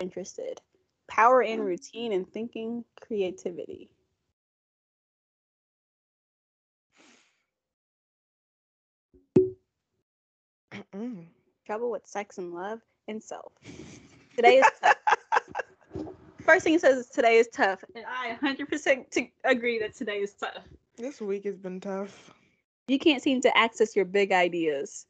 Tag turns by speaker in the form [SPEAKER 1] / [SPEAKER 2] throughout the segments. [SPEAKER 1] interested. Power
[SPEAKER 2] Oh.
[SPEAKER 1] in routine and thinking creativity.
[SPEAKER 2] Mm-mm.
[SPEAKER 1] Trouble with sex and love and self. Today is tough. First thing it says is today is tough, and I 100% to agree that today is tough.
[SPEAKER 2] This week has been tough.
[SPEAKER 1] You can't seem to access your big ideas.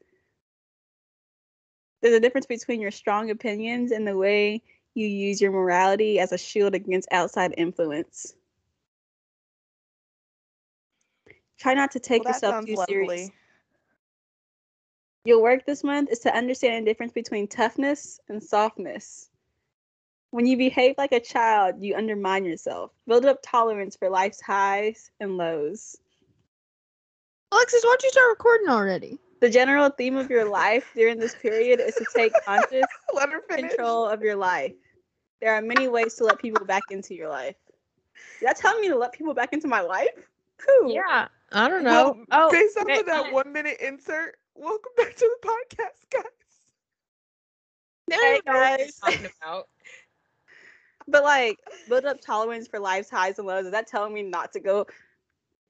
[SPEAKER 1] There's a difference between your strong opinions and the way you use your morality as a shield against outside influence. Try not to take
[SPEAKER 2] Well, that
[SPEAKER 1] yourself
[SPEAKER 2] sounds
[SPEAKER 1] too serious.
[SPEAKER 2] lovely.
[SPEAKER 1] Your work this month is to understand the difference between toughness and softness. When you behave like a child, you undermine yourself. Build up tolerance for life's highs and lows.
[SPEAKER 3] Alexis, why don't you start recording already?
[SPEAKER 1] The general theme of your life during this period is to take conscious
[SPEAKER 2] Let her finish.
[SPEAKER 1] control of your life. There are many ways to let people back into your life. Y'all telling me to let people back into my life? Who?
[SPEAKER 3] Yeah, I don't
[SPEAKER 2] Well,
[SPEAKER 3] know. Oh,
[SPEAKER 2] Based off
[SPEAKER 3] hey,
[SPEAKER 2] of that
[SPEAKER 3] hey.
[SPEAKER 2] one minute insert, welcome back to the podcast, guys.
[SPEAKER 3] now
[SPEAKER 1] Hey,
[SPEAKER 3] you know what
[SPEAKER 1] guys.
[SPEAKER 3] I'm talking about.
[SPEAKER 1] But like, build up tolerance for life's highs and lows. Is that telling me not to go,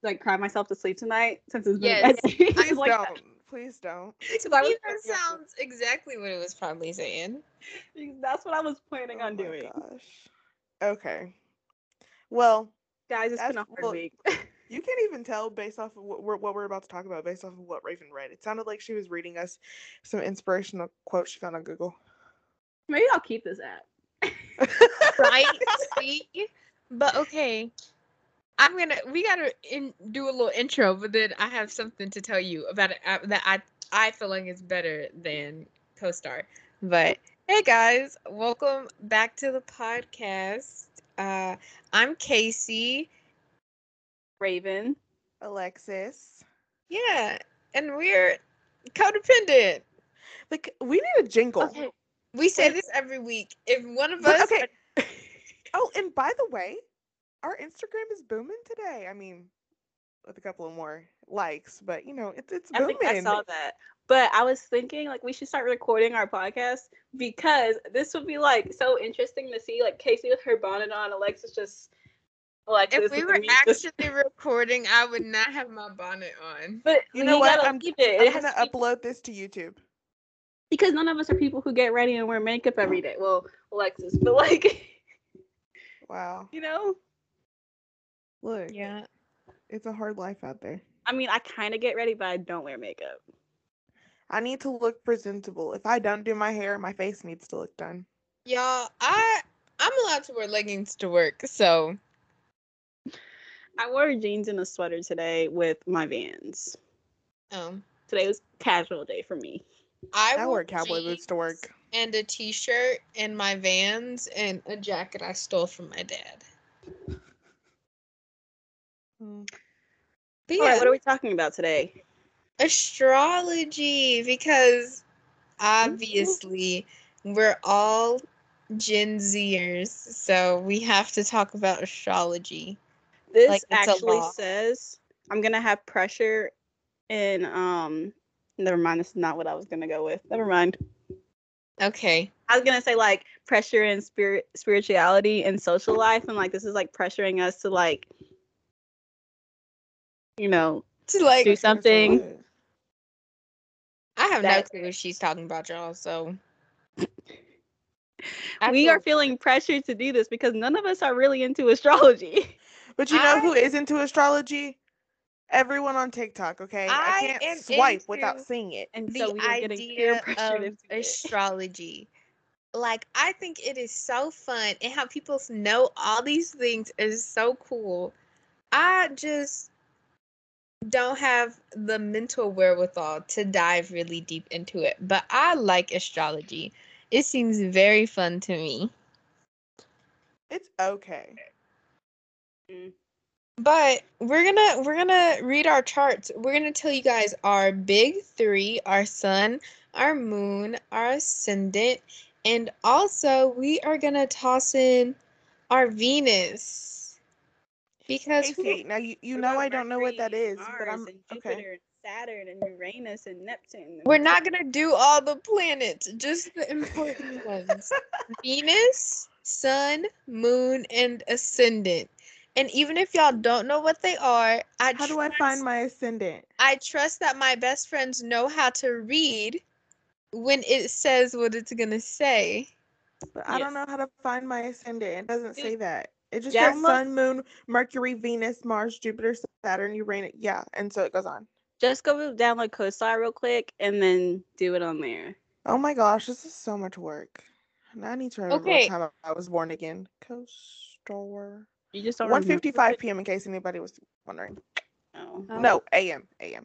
[SPEAKER 1] like, cry myself to sleep tonight since it's been
[SPEAKER 3] Yes,
[SPEAKER 1] messy?
[SPEAKER 3] I
[SPEAKER 2] Please
[SPEAKER 3] like that.
[SPEAKER 2] don't. Please don't.
[SPEAKER 1] 'Cause I was-
[SPEAKER 3] That sounds exactly what it was probably saying.
[SPEAKER 1] That's what I was planning
[SPEAKER 2] Oh
[SPEAKER 1] on
[SPEAKER 2] my
[SPEAKER 1] doing.
[SPEAKER 2] Gosh. Okay. Well,
[SPEAKER 1] Guys, it's been a
[SPEAKER 2] That's-
[SPEAKER 1] hard
[SPEAKER 2] well-
[SPEAKER 1] week.
[SPEAKER 2] you can't even tell based off of what we're, what we're about to talk about, based off of what Raven read. It sounded like she was reading us some inspirational quotes she found on Google.
[SPEAKER 1] Maybe I'll keep this app.
[SPEAKER 3] Right? See? But okay. I'm gonna. We gotta in, do a little intro, but then I have something to tell you about it uh, that I I feel like is better than co-star. But hey, guys, welcome back to the podcast. Uh, I'm Casey.
[SPEAKER 1] Raven.
[SPEAKER 2] Alexis.
[SPEAKER 3] Yeah, and we're codependent.
[SPEAKER 2] Like, we need a jingle.
[SPEAKER 3] Okay. We say this every week. If one of
[SPEAKER 2] But,
[SPEAKER 3] us,
[SPEAKER 2] okay. oh, and by the way, our Instagram is booming today. I mean, with a couple of more likes, but you know, it's it's
[SPEAKER 1] I
[SPEAKER 2] booming.
[SPEAKER 1] think I saw that. But I was thinking like we should start recording our podcast because this would be like so interesting to see like Casey with her bonnet on, Alexis just Alexis.
[SPEAKER 3] if we
[SPEAKER 1] and
[SPEAKER 3] were
[SPEAKER 1] me just-
[SPEAKER 3] actually recording, I would not have my bonnet on.
[SPEAKER 1] but
[SPEAKER 2] You know what?
[SPEAKER 1] gotta
[SPEAKER 2] I'm-
[SPEAKER 1] keep it.
[SPEAKER 2] I'm
[SPEAKER 1] It has
[SPEAKER 2] gonna
[SPEAKER 1] to be-
[SPEAKER 2] upload this to YouTube.
[SPEAKER 1] because none of us are people who get ready and wear makeup every day. Well, Alexis, but like
[SPEAKER 2] Wow.
[SPEAKER 1] you know,
[SPEAKER 2] Look,
[SPEAKER 3] Yeah.
[SPEAKER 2] it's a hard life out there.
[SPEAKER 1] I mean, I kind of get ready, but I don't wear makeup.
[SPEAKER 2] I need to look presentable. If I don't do my hair, my face needs to look done.
[SPEAKER 3] Y'all, I I'm allowed to wear leggings to work, so
[SPEAKER 1] I wore jeans and a sweater today with my Vans.
[SPEAKER 3] um
[SPEAKER 1] Today was casual day for me.
[SPEAKER 3] I,
[SPEAKER 2] I,
[SPEAKER 3] will
[SPEAKER 2] wear cowboy boots
[SPEAKER 3] jeans
[SPEAKER 2] to work.
[SPEAKER 3] and a t-shirt and my Vans and a jacket I stole from my dad.
[SPEAKER 2] Mm.
[SPEAKER 3] But
[SPEAKER 1] All right,
[SPEAKER 3] yeah,
[SPEAKER 1] what are we talking about today?
[SPEAKER 3] astrology because obviously we're all Gen Zers, so we have to talk about astrology.
[SPEAKER 1] This
[SPEAKER 3] Like, it's a
[SPEAKER 1] actually
[SPEAKER 3] law.
[SPEAKER 1] says I'm gonna have pressure in um never mind, this is not what I was gonna go with. Never mind.
[SPEAKER 3] Okay.
[SPEAKER 1] I was gonna say like pressure in spirit spirituality and social life and like this is like pressuring us to like you know
[SPEAKER 3] To like
[SPEAKER 1] Do something.
[SPEAKER 2] What?
[SPEAKER 3] I have
[SPEAKER 1] that-
[SPEAKER 3] no clue what she's talking about, y'all, so I
[SPEAKER 1] we
[SPEAKER 3] feel-
[SPEAKER 1] are feeling pressured to do this because none of us are really into astrology.
[SPEAKER 2] But you know
[SPEAKER 3] I-
[SPEAKER 2] who is into astrology? Everyone on TikTok, okay? I,
[SPEAKER 3] I am
[SPEAKER 2] can't swipe without
[SPEAKER 3] into-
[SPEAKER 2] seeing it.
[SPEAKER 1] And
[SPEAKER 3] the
[SPEAKER 1] so we are getting peer
[SPEAKER 3] idea
[SPEAKER 1] pressured
[SPEAKER 3] of
[SPEAKER 1] into it.
[SPEAKER 3] astrology. Like I think it is so fun and how people know all these things is so cool. I just don't have the mental wherewithal to dive really deep into it, but I like astrology. It seems very fun to me.
[SPEAKER 2] It's okay.
[SPEAKER 3] But we're gonna we're gonna read our charts. We're gonna tell you guys our big three, our sun, our moon, our ascendant, and also we are gonna toss in our Venus. Because who-
[SPEAKER 2] Casey, now you, you know I don't know what that is, but I'm okay.
[SPEAKER 1] Saturn and Uranus and Neptune.
[SPEAKER 3] We're not gonna do all the planets, just the important ones. Venus, Sun, Moon, and Ascendant. And even if y'all don't know what they are, I
[SPEAKER 2] How do I
[SPEAKER 3] trust-
[SPEAKER 2] find my ascendant?
[SPEAKER 3] I trust that my best friends know how to read when it says what it's gonna say.
[SPEAKER 2] But I don't know
[SPEAKER 1] Yes.
[SPEAKER 2] how to find my ascendant. It doesn't
[SPEAKER 1] Dude,
[SPEAKER 2] say that. It just
[SPEAKER 1] Jack
[SPEAKER 2] says
[SPEAKER 1] Ma-
[SPEAKER 2] Sun, Moon, Mercury, Venus, Mars, Jupiter, Saturn, Uranus. Yeah, and so it goes on.
[SPEAKER 1] Just go download CoStar real quick and then do it on there.
[SPEAKER 2] Oh my gosh, this is so much work. And I need to remember
[SPEAKER 3] Okay.
[SPEAKER 2] what time I I was born again. CoStar.
[SPEAKER 1] You just don't.
[SPEAKER 2] One
[SPEAKER 1] remember
[SPEAKER 2] fifty-five
[SPEAKER 1] it?
[SPEAKER 2] p.m. In case anybody was wondering.
[SPEAKER 1] Oh.
[SPEAKER 3] Oh.
[SPEAKER 2] No, a.m. a.m.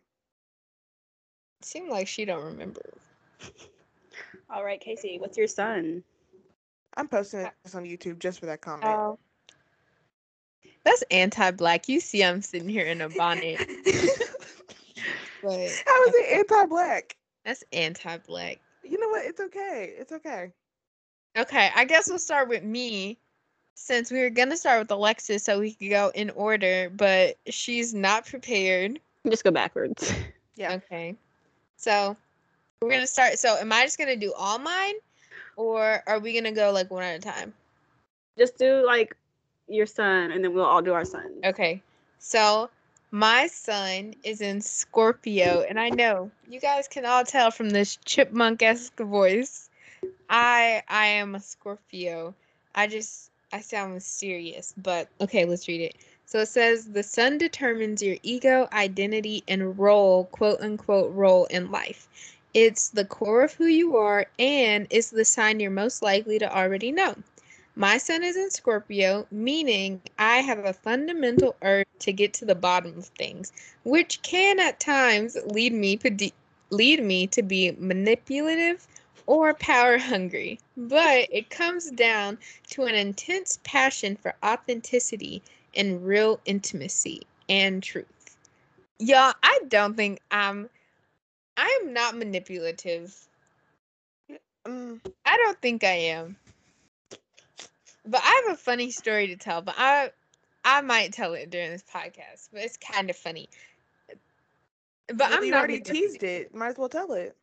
[SPEAKER 3] Seemed like she don't remember.
[SPEAKER 1] All right, Casey. What's your son?
[SPEAKER 2] I'm posting this on YouTube just for that comment.
[SPEAKER 3] Oh, That's anti-black. You see, I'm sitting here in a bonnet, but
[SPEAKER 2] How is it anti-black?
[SPEAKER 3] that's anti-black.
[SPEAKER 2] You know what? It's okay. It's okay.
[SPEAKER 3] Okay, I guess we'll start with me since we were gonna start with Alexis so we could go in order, but she's not prepared.
[SPEAKER 1] Just go backwards.
[SPEAKER 2] Yeah.
[SPEAKER 3] Okay. So we're gonna start so am I just gonna do all mine or are we gonna go like one at a time?
[SPEAKER 1] just do like your son, and then we'll all do our son.
[SPEAKER 3] Okay. So my son is in Scorpio, and I know you guys can all tell from this chipmunk esque voice. I I am a Scorpio. I just I sound mysterious, but okay, let's read it. So it says the sun determines your ego, identity, and role, quote unquote role in life. It's the core of who you are and it's the sign you're most likely to already know. My sun is in Scorpio, meaning I have a fundamental urge to get to the bottom of things, which can at times lead me pedi- lead me to be manipulative or power hungry. But it comes down to an intense passion for authenticity and real intimacy and truth. Y'all, I don't think I'm I am not manipulative.
[SPEAKER 2] Mm,
[SPEAKER 3] I don't think I am. But I have a funny story to tell, but I I might tell it during this podcast, but it's kind of funny. But
[SPEAKER 2] well,
[SPEAKER 3] I'm
[SPEAKER 2] you
[SPEAKER 3] not
[SPEAKER 2] already
[SPEAKER 3] manipulative.
[SPEAKER 2] teased it. Might as well tell it.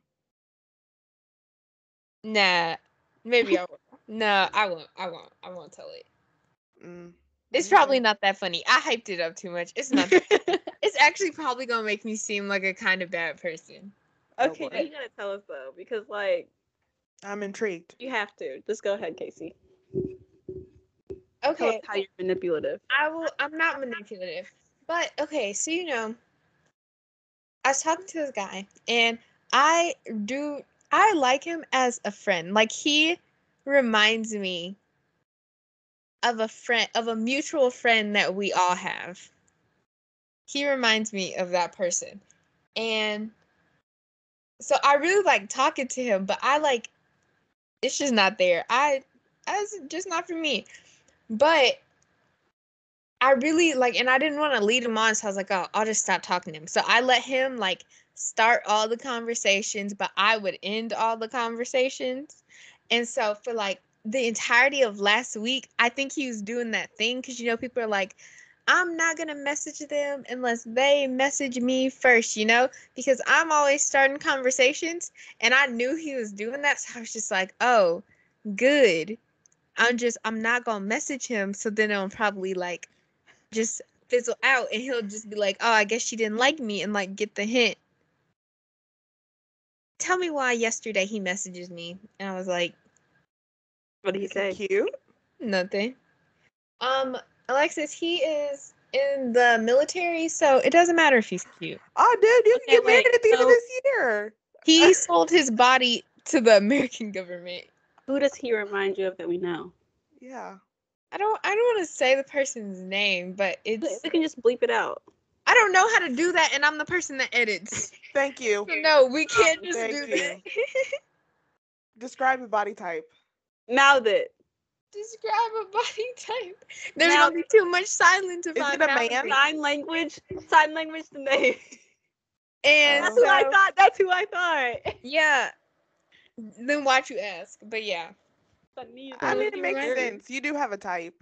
[SPEAKER 3] Nah, maybe I will. No, I won't. I won't. I won't tell it.
[SPEAKER 2] Mm,
[SPEAKER 3] It's
[SPEAKER 2] okay.
[SPEAKER 3] probably not that funny. I hyped it up too much. It's not. that- it's actually probably gonna make me seem like a kind of bad person.
[SPEAKER 2] Oh,
[SPEAKER 1] Okay,
[SPEAKER 2] boy.
[SPEAKER 1] now you gotta tell us though, because like
[SPEAKER 2] I'm intrigued.
[SPEAKER 1] you have to. Just go ahead, Casey. Tell us
[SPEAKER 3] Okay,
[SPEAKER 1] how you're manipulative.
[SPEAKER 3] I will. I'm not manipulative, but okay. So you know, I was talking to this guy, and I do. I like him as a friend. Like he reminds me of a friend, of a mutual friend that we all have. He reminds me of that person, and so I really like talking to him. But I like, it's just not there. I, that's just not for me. But I really like, and I didn't want to lead him on, so I was like, oh, I'll just stop talking to him. So I let him like start all the conversations, but I would end all the conversations. And so for like the entirety of last week, I think he was doing that thing because you know, people are like, I'm not going to message them unless they message me first, you know, because I'm always starting conversations. And I knew he was doing that. So I was just like, oh, good. I'm just, I'm not going to message him. So then it'll probably like, just fizzle out and he'll just be like, "Oh, I guess she didn't like me," and like get the hint. Tell me why yesterday he messages me and I was like,
[SPEAKER 1] What do you
[SPEAKER 2] Is he
[SPEAKER 1] say?
[SPEAKER 2] cute?
[SPEAKER 3] "Nothing." Um, Alexis, he is in the military, so it doesn't matter if he's cute.
[SPEAKER 2] Oh, dude, you
[SPEAKER 1] Okay,
[SPEAKER 2] can get married
[SPEAKER 1] wait,
[SPEAKER 2] at the end
[SPEAKER 1] so-
[SPEAKER 2] of this year.
[SPEAKER 3] He sold his body to the American government.
[SPEAKER 1] Who does he remind you of that we know?
[SPEAKER 2] Yeah.
[SPEAKER 3] I don't I don't want to say the person's name, but it's
[SPEAKER 1] We can just bleep it out.
[SPEAKER 3] I don't know how to do that and I'm the person that edits.
[SPEAKER 2] Thank you.
[SPEAKER 3] So no, we can't just
[SPEAKER 2] Thank
[SPEAKER 3] do
[SPEAKER 2] you.
[SPEAKER 3] that.
[SPEAKER 2] Describe your body type.
[SPEAKER 1] Mouth it.
[SPEAKER 3] Describe a body type. There's
[SPEAKER 1] Now-
[SPEAKER 3] gonna be too much silence if
[SPEAKER 2] Is
[SPEAKER 3] I'm
[SPEAKER 2] it a
[SPEAKER 3] out
[SPEAKER 2] man?
[SPEAKER 3] here.
[SPEAKER 1] Sign language. Sign language to me.
[SPEAKER 3] And
[SPEAKER 1] That's
[SPEAKER 2] Oh.
[SPEAKER 1] who I
[SPEAKER 3] so,
[SPEAKER 1] thought. That's who I thought.
[SPEAKER 3] yeah. Then why'd you ask? But yeah.
[SPEAKER 2] I
[SPEAKER 3] Well,
[SPEAKER 2] mean, it
[SPEAKER 3] you're
[SPEAKER 2] makes
[SPEAKER 3] right.
[SPEAKER 2] sense. You do have a type.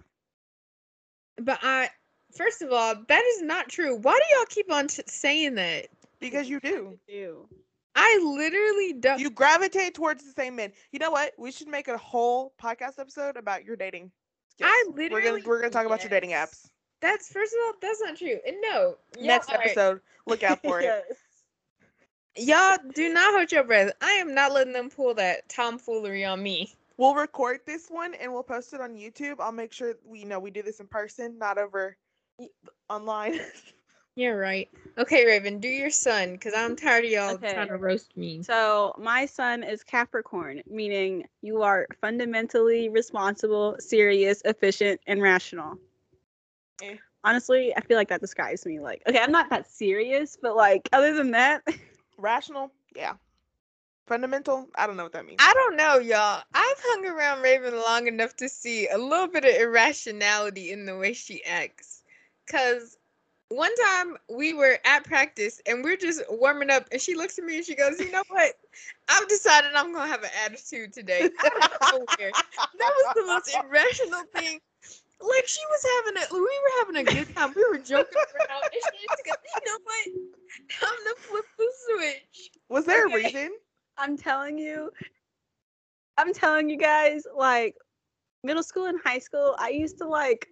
[SPEAKER 3] But I, first of all, that is not true. Why do y'all keep on t- saying that?
[SPEAKER 2] because you do.
[SPEAKER 1] do.
[SPEAKER 3] I literally
[SPEAKER 1] Oh.
[SPEAKER 3] don't.
[SPEAKER 2] You gravitate towards the same men. You know what? We should make a whole podcast episode about your dating. skills.
[SPEAKER 3] I
[SPEAKER 2] we're gonna
[SPEAKER 3] literally-
[SPEAKER 2] we're gonna talk about your dating
[SPEAKER 3] yes.
[SPEAKER 2] apps
[SPEAKER 3] That's first of all, that's not true. And no, y'all
[SPEAKER 2] next
[SPEAKER 3] are-
[SPEAKER 2] episode. Look out for it.
[SPEAKER 1] Yes.
[SPEAKER 3] Y'all do not hold your breath. I am not letting them pull that tomfoolery on me.
[SPEAKER 2] We'll record this one and we'll post it on YouTube. I'll make sure we you know we do this in person, not over
[SPEAKER 1] Y-
[SPEAKER 2] online.
[SPEAKER 3] You're right. Okay, Raven, do your son, because I'm tired of y'all
[SPEAKER 1] Okay.
[SPEAKER 3] trying to roast me.
[SPEAKER 1] So my son is Capricorn, meaning you are fundamentally responsible, serious, efficient, and rational.
[SPEAKER 2] Eh.
[SPEAKER 1] Honestly, I feel like that describes me. Like, okay, I'm not that serious, but like, other than that,
[SPEAKER 2] Rational, yeah. Fundamental, I don't know what that means.
[SPEAKER 3] I don't know, y'all. I've hung around Raven long enough to see a little bit of irrationality in the way she acts. Cause one time we were at practice and we're just warming up, and she looks at me and she goes, "You know what? I've decided I'm gonna have an attitude today." I don't know where. That was the most irrational thing. Like she was having a, we were having a good time. We were joking around, and she just goes, "You know what? Time to flip the switch."
[SPEAKER 2] Was there a
[SPEAKER 1] Okay.
[SPEAKER 2] reason?
[SPEAKER 1] I'm telling you, I'm telling you guys, like middle school and high school, I used to like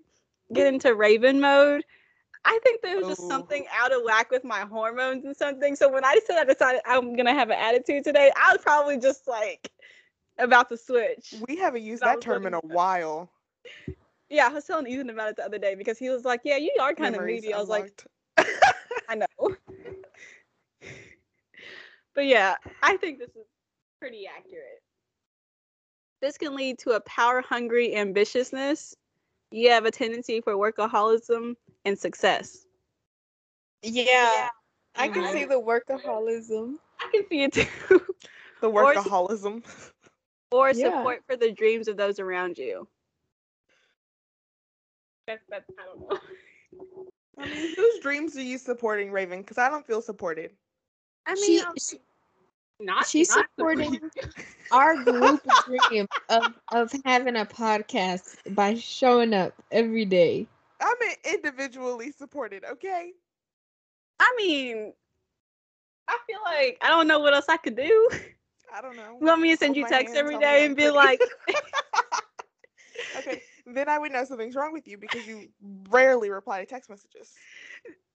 [SPEAKER 1] get into Raven mode. I think there was just
[SPEAKER 2] Ooh.
[SPEAKER 1] something out of whack with my hormones and something. So when I said I decided I'm gonna have an attitude today, I was probably just like about to switch.
[SPEAKER 2] We haven't used
[SPEAKER 1] I
[SPEAKER 2] that
[SPEAKER 1] was
[SPEAKER 2] term in a
[SPEAKER 1] looking
[SPEAKER 2] while.
[SPEAKER 1] Yeah, I was telling Ethan about it the other day because he was like, "Yeah, you are kind of
[SPEAKER 2] Memories
[SPEAKER 1] moody." I was like,
[SPEAKER 2] unlocked.
[SPEAKER 1] "I know," but yeah, I think this is pretty accurate. This can lead to a power-hungry ambitiousness. You have a tendency for workaholism and success.
[SPEAKER 3] Yeah, I can
[SPEAKER 2] Mhm.
[SPEAKER 3] see the workaholism.
[SPEAKER 1] I can see it too.
[SPEAKER 2] the
[SPEAKER 1] or-
[SPEAKER 2] workaholism.
[SPEAKER 1] or
[SPEAKER 3] Yeah.
[SPEAKER 1] support for the dreams of those around you. That's that's I don't know.
[SPEAKER 2] I mean, whose dreams are you supporting, Raven? Because I don't feel supported.
[SPEAKER 1] I mean,
[SPEAKER 3] She-
[SPEAKER 1] I'm
[SPEAKER 3] she-
[SPEAKER 1] not
[SPEAKER 3] she's
[SPEAKER 1] not
[SPEAKER 3] supporting our group dream of, of having a podcast by showing up every day.
[SPEAKER 2] I'm an individually supported, okay?
[SPEAKER 1] I mean, I feel like I don't know what else I could do.
[SPEAKER 2] I don't know.
[SPEAKER 1] You want me to send
[SPEAKER 2] Hold
[SPEAKER 1] you
[SPEAKER 2] my
[SPEAKER 1] texts
[SPEAKER 2] hand,
[SPEAKER 1] every
[SPEAKER 2] tell me
[SPEAKER 1] day
[SPEAKER 2] I'm
[SPEAKER 1] and be
[SPEAKER 2] pretty.
[SPEAKER 1] like,
[SPEAKER 2] okay, then I would know something's wrong with you because you rarely reply to text messages.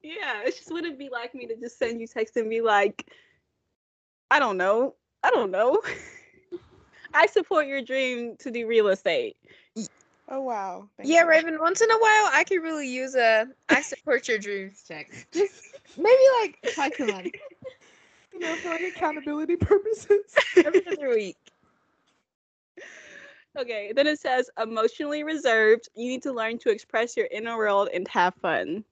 [SPEAKER 1] yeah, it just wouldn't be like me to just send you texts and be like, I don't know, I don't know. I support your dream to do real estate.
[SPEAKER 2] Oh wow. Thank
[SPEAKER 3] Yeah,
[SPEAKER 2] you.
[SPEAKER 3] Raven, once in a while I could really use a I support your dreams check. Just maybe like twice a month,
[SPEAKER 2] You know, for like accountability purposes.
[SPEAKER 3] every other week.
[SPEAKER 1] Okay, then it says emotionally reserved. You need to learn to express your inner world and have fun.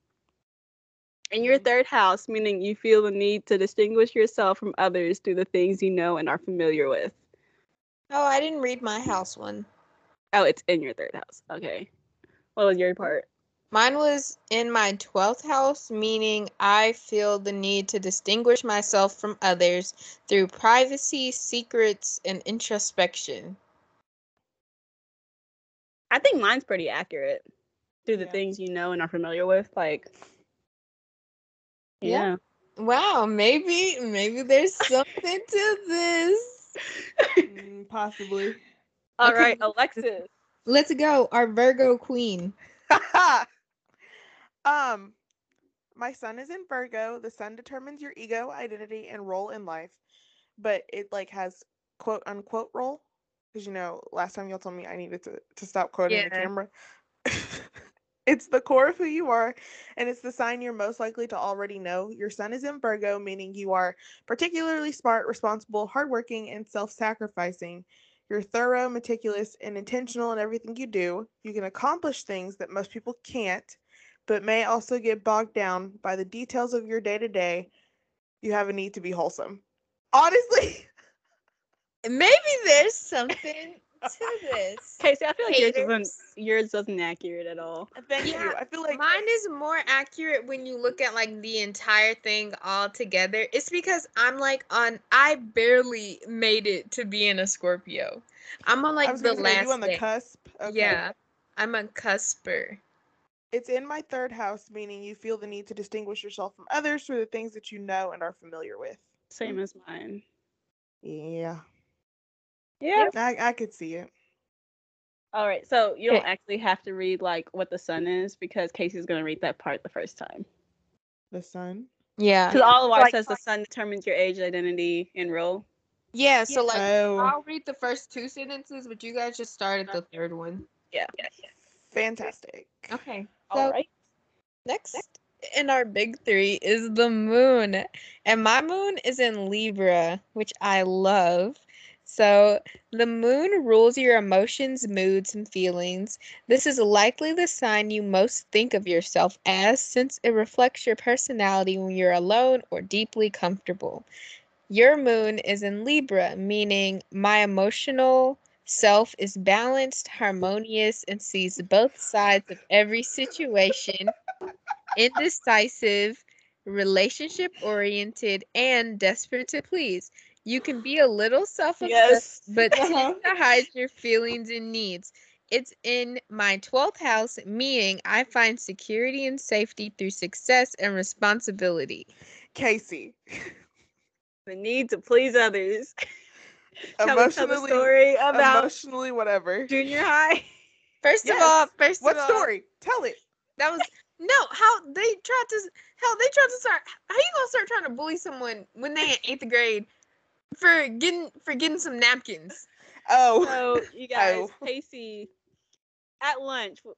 [SPEAKER 1] In your
[SPEAKER 2] Mhm.
[SPEAKER 1] third house, meaning you feel the need to distinguish yourself from others through the things you know and are familiar with.
[SPEAKER 3] Oh, I didn't read my house one.
[SPEAKER 1] Oh, it's in your third house. Okay. What was your part?
[SPEAKER 3] Mine was in my 12th house, meaning I feel the need to distinguish myself from others through privacy, secrets, and introspection.
[SPEAKER 1] I think mine's pretty accurate through the
[SPEAKER 2] Yeah.
[SPEAKER 1] things you know and are familiar with. Like,
[SPEAKER 3] Yeah. Wow, maybe maybe there's something to this.
[SPEAKER 2] Mm, possibly.
[SPEAKER 1] All
[SPEAKER 3] Okay.
[SPEAKER 1] right, Alexis.
[SPEAKER 3] Let's go, our Virgo queen.
[SPEAKER 2] um, my sun is in Virgo. The sun determines your ego, identity, and role in life, but it like has quote unquote role because you know last time y'all told me I needed to to stop quoting the
[SPEAKER 3] Yeah.
[SPEAKER 2] camera. it's the core of who you are, and it's the sign you're most likely to already know. Your sun is in Virgo, meaning you are particularly smart, responsible, hardworking, and self-sacrificing. You're thorough, meticulous, and intentional in everything you do. You can accomplish things that most people can't, but may also get bogged down by the details of your day to day. You have a need to be wholesome. Honestly,
[SPEAKER 3] Maybe there's something to this.
[SPEAKER 1] Okay, see, I feel like yours isn't,
[SPEAKER 3] Haters.
[SPEAKER 1] yours wasn't accurate at all.
[SPEAKER 2] thank you.
[SPEAKER 3] Yeah,
[SPEAKER 2] I feel like
[SPEAKER 3] Mine is more accurate when you look at like the entire thing all together. It's because I'm like on I barely made it to being a Scorpio. I'm on like
[SPEAKER 2] I was
[SPEAKER 3] the
[SPEAKER 2] gonna say,
[SPEAKER 3] last
[SPEAKER 2] you on the
[SPEAKER 3] day.
[SPEAKER 2] cusp. Okay.
[SPEAKER 3] Yeah. I'm a cusper.
[SPEAKER 2] It's in my third house, meaning you feel the need to distinguish yourself from others through the things that you know and are familiar with.
[SPEAKER 1] Same as mine.
[SPEAKER 2] Yeah.
[SPEAKER 1] Yeah.
[SPEAKER 2] I, I could see it.
[SPEAKER 1] All right. So you don't
[SPEAKER 3] Okay.
[SPEAKER 1] actually have to read like what the sun is because Casey's gonna read that part the first time.
[SPEAKER 2] The sun.
[SPEAKER 3] Yeah.
[SPEAKER 1] Because all of ours
[SPEAKER 3] Like-
[SPEAKER 1] says the sun determines your age, identity, and role.
[SPEAKER 3] Yeah. So like,
[SPEAKER 2] oh,
[SPEAKER 3] I'll read the first two sentences, but you guys just start at the third one.
[SPEAKER 1] Yeah.
[SPEAKER 2] fantastic.
[SPEAKER 3] Okay.
[SPEAKER 1] All right.
[SPEAKER 3] Next in our big three is the moon. And my moon is in Libra, which I love. So the moon rules your emotions, moods, and feelings. This is likely the sign you most think of yourself as, since it reflects your personality when you're alone or deeply comfortable. Your moon is in Libra, meaning my emotional self is balanced, harmonious, and sees both sides of every situation, indecisive, relationship oriented, and desperate to please. You can be a little self obsessed,
[SPEAKER 1] Yes.
[SPEAKER 3] but
[SPEAKER 2] Uh-huh.
[SPEAKER 3] tend to hide your feelings and needs. It's in my 12th house, meaning I find security and safety through success and responsibility.
[SPEAKER 2] Casey,
[SPEAKER 1] The need to please others. Shall we tell the
[SPEAKER 2] emotionally,
[SPEAKER 1] story about
[SPEAKER 2] emotionally, whatever.
[SPEAKER 1] junior high?
[SPEAKER 3] First
[SPEAKER 2] Yes.
[SPEAKER 3] of all, first
[SPEAKER 2] What
[SPEAKER 3] of all,
[SPEAKER 2] story? Tell it.
[SPEAKER 3] That was no. How they tried to hell they tried to start. How you gonna start trying to bully someone when they in eighth grade for getting for getting some napkins?
[SPEAKER 2] Oh,
[SPEAKER 1] So you guys,
[SPEAKER 2] Oh.
[SPEAKER 1] Casey, at lunch, w-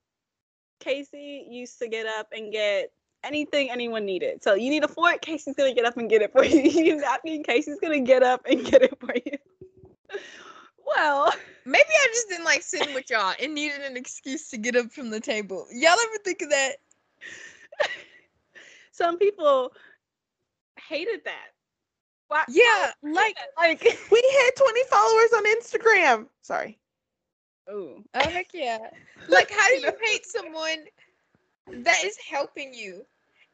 [SPEAKER 1] Casey used to get up and get anything anyone needed. So you need a fork, Casey's gonna get up and get it for you. You need a napkin, Casey's gonna get up and get it for you. Well,
[SPEAKER 3] Maybe I just didn't like sitting with y'all and needed an excuse to get up from the table. Y'all ever think of that?
[SPEAKER 1] some people hated that. Why,
[SPEAKER 3] Yeah, like
[SPEAKER 1] like
[SPEAKER 2] we hit 20 followers on Instagram. Sorry.
[SPEAKER 1] oh,
[SPEAKER 3] oh heck yeah, like how do you hate someone that is helping you?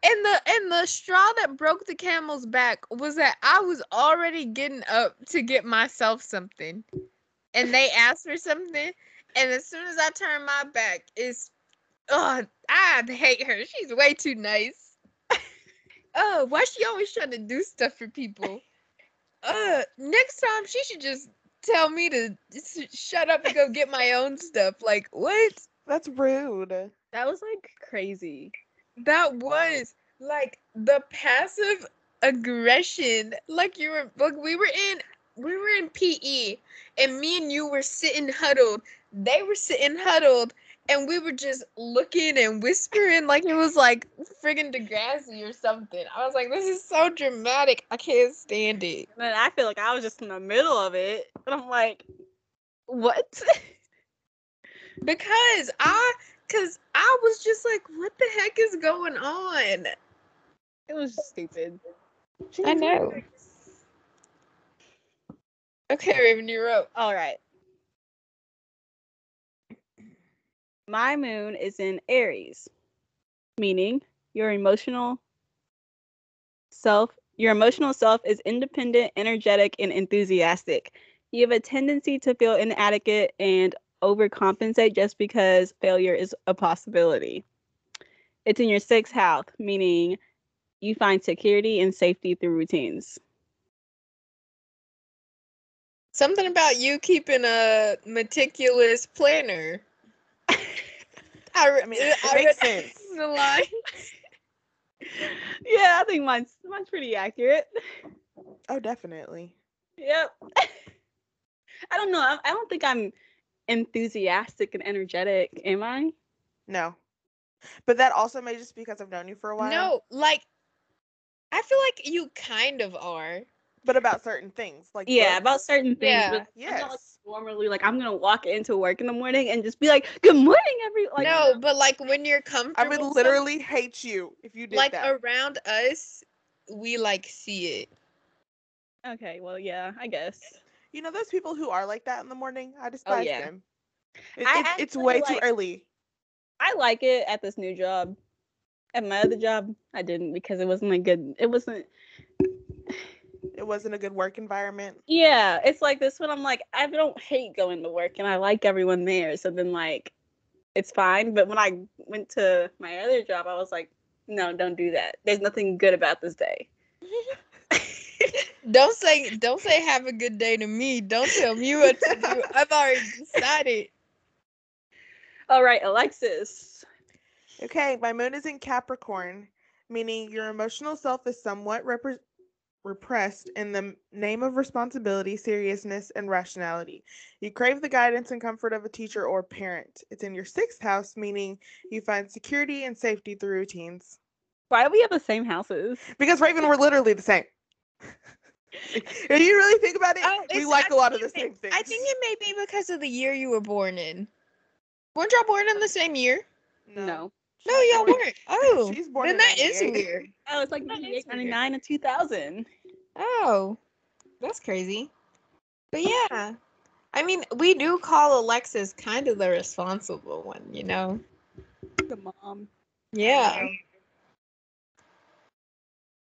[SPEAKER 3] And the and the straw that broke the camel's back was that I was already getting up to get myself something. And they asked for something. And as soon as I turn my back, it's oh I hate her. She's way too nice. oh, why she always trying to do stuff for people? Uh next time she should just tell me to s- shut up and go get my own stuff. Like what?
[SPEAKER 2] That's rude.
[SPEAKER 1] that was like crazy.
[SPEAKER 3] That was like the passive aggression. Like you were like we were in we were in PE and me and you were sitting huddled. They were sitting huddled and we were just looking and whispering like it was like friggin' Degrassi or something. I was like, this is so dramatic. I can't stand it.
[SPEAKER 1] And then I feel like I was just in the middle of it, and I'm like, what?
[SPEAKER 3] Because I cause I was just like, what the heck is going on?
[SPEAKER 1] It was stupid.
[SPEAKER 3] I know. Okay, Raven, you're up.
[SPEAKER 1] All right. My moon is in Aries, meaning your emotional self. Your emotional self is independent, energetic, and enthusiastic. You have a tendency to feel inadequate and overcompensate just because failure is a possibility. It's in your sixth house, meaning you find security and safety through routines.
[SPEAKER 3] Something about you keeping a meticulous planner. I, re-
[SPEAKER 2] I mean,
[SPEAKER 3] I
[SPEAKER 2] it
[SPEAKER 3] read
[SPEAKER 2] makes sense.
[SPEAKER 3] the line.
[SPEAKER 1] Yeah, I think mine's mine's pretty accurate.
[SPEAKER 2] Oh, definitely.
[SPEAKER 1] Yep. I don't know. I, I don't think I'm enthusiastic and energetic. Am I?
[SPEAKER 2] No. But that also may just because I've known you for a while.
[SPEAKER 3] No, like I feel like you kind of are.
[SPEAKER 2] But about certain things. Like
[SPEAKER 1] Yeah,
[SPEAKER 2] looks.
[SPEAKER 1] about certain things.
[SPEAKER 3] Yeah.
[SPEAKER 1] But I'm not like
[SPEAKER 2] Yes.
[SPEAKER 1] formally like I'm gonna walk into work in the morning and just be like, "Good morning, everyone." Like,
[SPEAKER 3] no, but like when you're
[SPEAKER 2] I
[SPEAKER 3] comfortable,
[SPEAKER 2] would literally hate you if you did
[SPEAKER 3] like
[SPEAKER 2] that.
[SPEAKER 3] around us, we like see it.
[SPEAKER 1] Okay. Well, yeah. I guess.
[SPEAKER 2] You know those people who are like that in the morning? I
[SPEAKER 1] Oh,
[SPEAKER 2] despise
[SPEAKER 1] yeah.
[SPEAKER 2] them. It,
[SPEAKER 1] I
[SPEAKER 2] it's- it's
[SPEAKER 1] actually
[SPEAKER 2] way too
[SPEAKER 1] like-
[SPEAKER 2] early.
[SPEAKER 1] I like it at this new job. At my other job, I didn't because it wasn't a good. It wasn't.
[SPEAKER 2] It wasn't a good work environment.
[SPEAKER 1] Yeah, it's like this one. I'm like, I don't hate going to work, and I like everyone there. So then, like, it's fine. But when I went to my other job, I was like, no, don't do that. There's nothing good about this day.
[SPEAKER 3] Don't say don't say have a good day to me. Don't tell me what to do. I've already decided.
[SPEAKER 1] All right, Alexis.
[SPEAKER 2] Okay, my moon is in Capricorn, meaning your emotional self is somewhat repre- repressed in the m- name of responsibility, seriousness, and rationality. You crave the guidance and comfort of a teacher or parent. It's in your sixth house, meaning you find security and safety through routines.
[SPEAKER 1] Why do we have the same houses?
[SPEAKER 2] Because Raven, we're literally the same. if you really think about it,
[SPEAKER 3] Oh,
[SPEAKER 2] we
[SPEAKER 3] it's-
[SPEAKER 2] like
[SPEAKER 3] I
[SPEAKER 2] a lot of
[SPEAKER 3] think
[SPEAKER 2] the
[SPEAKER 3] it
[SPEAKER 2] same things.
[SPEAKER 3] I think it may be because of the year you were born in. Weren't y'all born in the same year?
[SPEAKER 1] No.
[SPEAKER 3] No, y'all weren't. Oh,
[SPEAKER 2] She's born
[SPEAKER 3] then
[SPEAKER 2] in
[SPEAKER 3] that is
[SPEAKER 2] 98.
[SPEAKER 3] weird.
[SPEAKER 1] Oh, it's like
[SPEAKER 3] That
[SPEAKER 1] 98,
[SPEAKER 3] is weird.
[SPEAKER 1] 99, and 2000.
[SPEAKER 3] Oh, that's crazy. But yeah, I mean, we do call Alexis kind of the responsible one, you know?
[SPEAKER 1] The mom.
[SPEAKER 3] Yeah.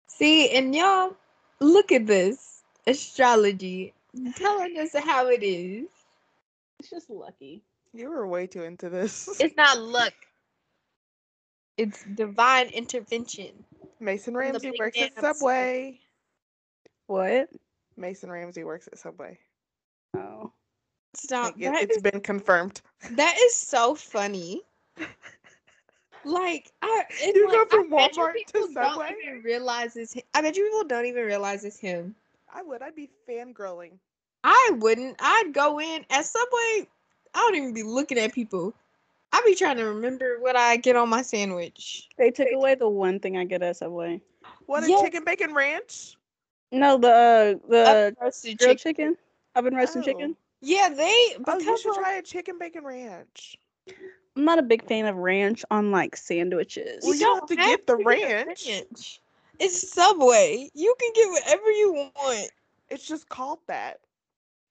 [SPEAKER 3] See, and y'all, look at this astrology telling us how it is.
[SPEAKER 1] It's just lucky.
[SPEAKER 2] You were way too into this.
[SPEAKER 3] It's not luck. It's divine intervention.
[SPEAKER 2] Mason
[SPEAKER 3] the
[SPEAKER 2] Ramsey
[SPEAKER 3] big
[SPEAKER 2] works
[SPEAKER 3] man
[SPEAKER 2] at
[SPEAKER 3] upstairs.
[SPEAKER 2] Subway.
[SPEAKER 1] What?
[SPEAKER 2] Mason Ramsey works at Subway.
[SPEAKER 1] Oh.
[SPEAKER 3] Stop.
[SPEAKER 2] Like, it,
[SPEAKER 3] that
[SPEAKER 2] has
[SPEAKER 3] is-
[SPEAKER 2] been confirmed.
[SPEAKER 3] That is so funny. Like I, and
[SPEAKER 2] You
[SPEAKER 3] like,
[SPEAKER 2] go from
[SPEAKER 3] I bet you
[SPEAKER 2] Walmart to
[SPEAKER 3] people
[SPEAKER 2] Subway?
[SPEAKER 3] Don't even realize it's. hi- I bet you people don't even realize it's him.
[SPEAKER 2] I would. I'd be fangirling.
[SPEAKER 3] I wouldn't. I'd go in at Subway. I don't even be looking at people. I'd be trying to remember what I get on my sandwich.
[SPEAKER 1] They took away the one thing I get at Subway.
[SPEAKER 2] What a
[SPEAKER 3] Yes.
[SPEAKER 2] chicken bacon ranch.
[SPEAKER 1] No, the uh, the
[SPEAKER 3] Oven roasted
[SPEAKER 1] grilled
[SPEAKER 3] chicken.
[SPEAKER 1] chicken, oven roasted
[SPEAKER 2] Oh.
[SPEAKER 1] chicken.
[SPEAKER 3] Yeah, they.
[SPEAKER 2] Oh, you should
[SPEAKER 3] because-
[SPEAKER 2] try a chicken bacon ranch.
[SPEAKER 1] I'm not a big fan of ranch on like sandwiches.
[SPEAKER 2] Well, you
[SPEAKER 3] don't
[SPEAKER 2] have to get the ranch.
[SPEAKER 3] ranch. It's Subway. You can get whatever you want.
[SPEAKER 2] It's just called that.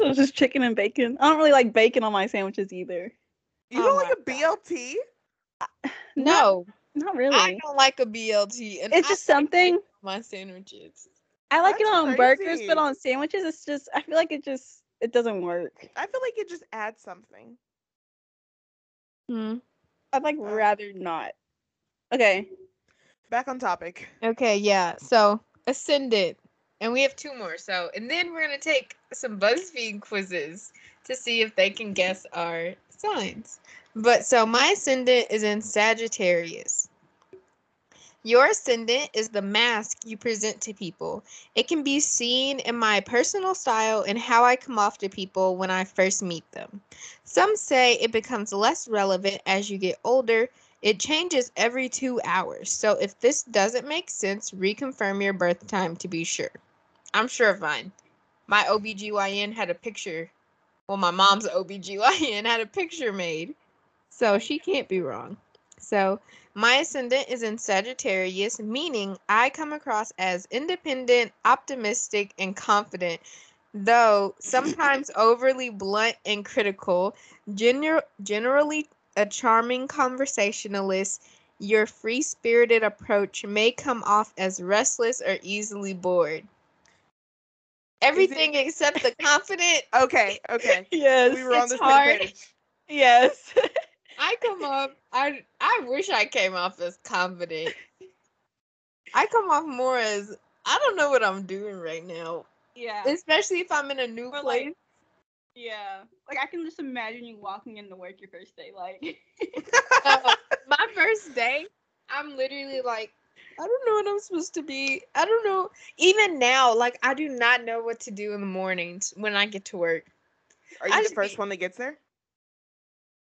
[SPEAKER 1] So it's just chicken and bacon. I don't really like bacon on my sandwiches either.
[SPEAKER 2] You
[SPEAKER 3] Oh
[SPEAKER 2] don't like
[SPEAKER 3] my
[SPEAKER 2] a BLT?
[SPEAKER 3] No,
[SPEAKER 1] Not really.
[SPEAKER 3] I don't like a BLT. And
[SPEAKER 1] it's
[SPEAKER 3] I
[SPEAKER 1] just
[SPEAKER 3] like
[SPEAKER 1] something
[SPEAKER 3] my sandwiches.
[SPEAKER 1] I like it
[SPEAKER 2] That's
[SPEAKER 1] on burgers,
[SPEAKER 2] crazy.
[SPEAKER 1] but on sandwiches, it's just I feel like it just it doesn't work.
[SPEAKER 2] I feel like it just adds something.
[SPEAKER 1] I'd like
[SPEAKER 2] Uh.
[SPEAKER 1] rather not. Okay,
[SPEAKER 2] Back on topic.
[SPEAKER 3] Okay, yeah. So ascendant, and we have two more. So, and then we're gonna take some BuzzFeed quizzes to see if they can guess our signs. But so my ascendant is in Sagittarius. Your ascendant is the mask you present to people. It can be seen in my personal style and how I come off to people when I first meet them. Some say it becomes less relevant as you get older it changes every two hours. So if this doesn't make sense, reconfirm your birth time to be sure. I'm sure of mine. My OBGYN had a picture. Well, my mom's OBGYN had a picture made. So she can't be wrong. So my ascendant is in Sagittarius, meaning I come across as independent, optimistic, and confident, though sometimes overly blunt and critical, gener- generally a charming conversationalist, your free spirited approach may come off as restless or easily bored. Everything except the confident,
[SPEAKER 2] Okay, okay.
[SPEAKER 1] yes,
[SPEAKER 2] we were on
[SPEAKER 3] it's
[SPEAKER 2] the
[SPEAKER 3] hard.
[SPEAKER 2] same page.
[SPEAKER 1] yes.
[SPEAKER 3] I come off. I I wish I came off as confident. I come off more as I don't know what I'm doing right now,
[SPEAKER 1] yeah,
[SPEAKER 3] especially if I'm in a new
[SPEAKER 1] Or, like,
[SPEAKER 3] place.
[SPEAKER 1] yeah. Like I can just imagine you walking into work your first day, like
[SPEAKER 3] So, uh, my first day, I'm literally like, I don't know what I'm supposed to be. I don't know. Even now, like, I do not know what to do in the mornings when I get to work.
[SPEAKER 2] Are
[SPEAKER 3] I
[SPEAKER 2] you the
[SPEAKER 3] just
[SPEAKER 2] first
[SPEAKER 3] be-
[SPEAKER 2] one that gets there?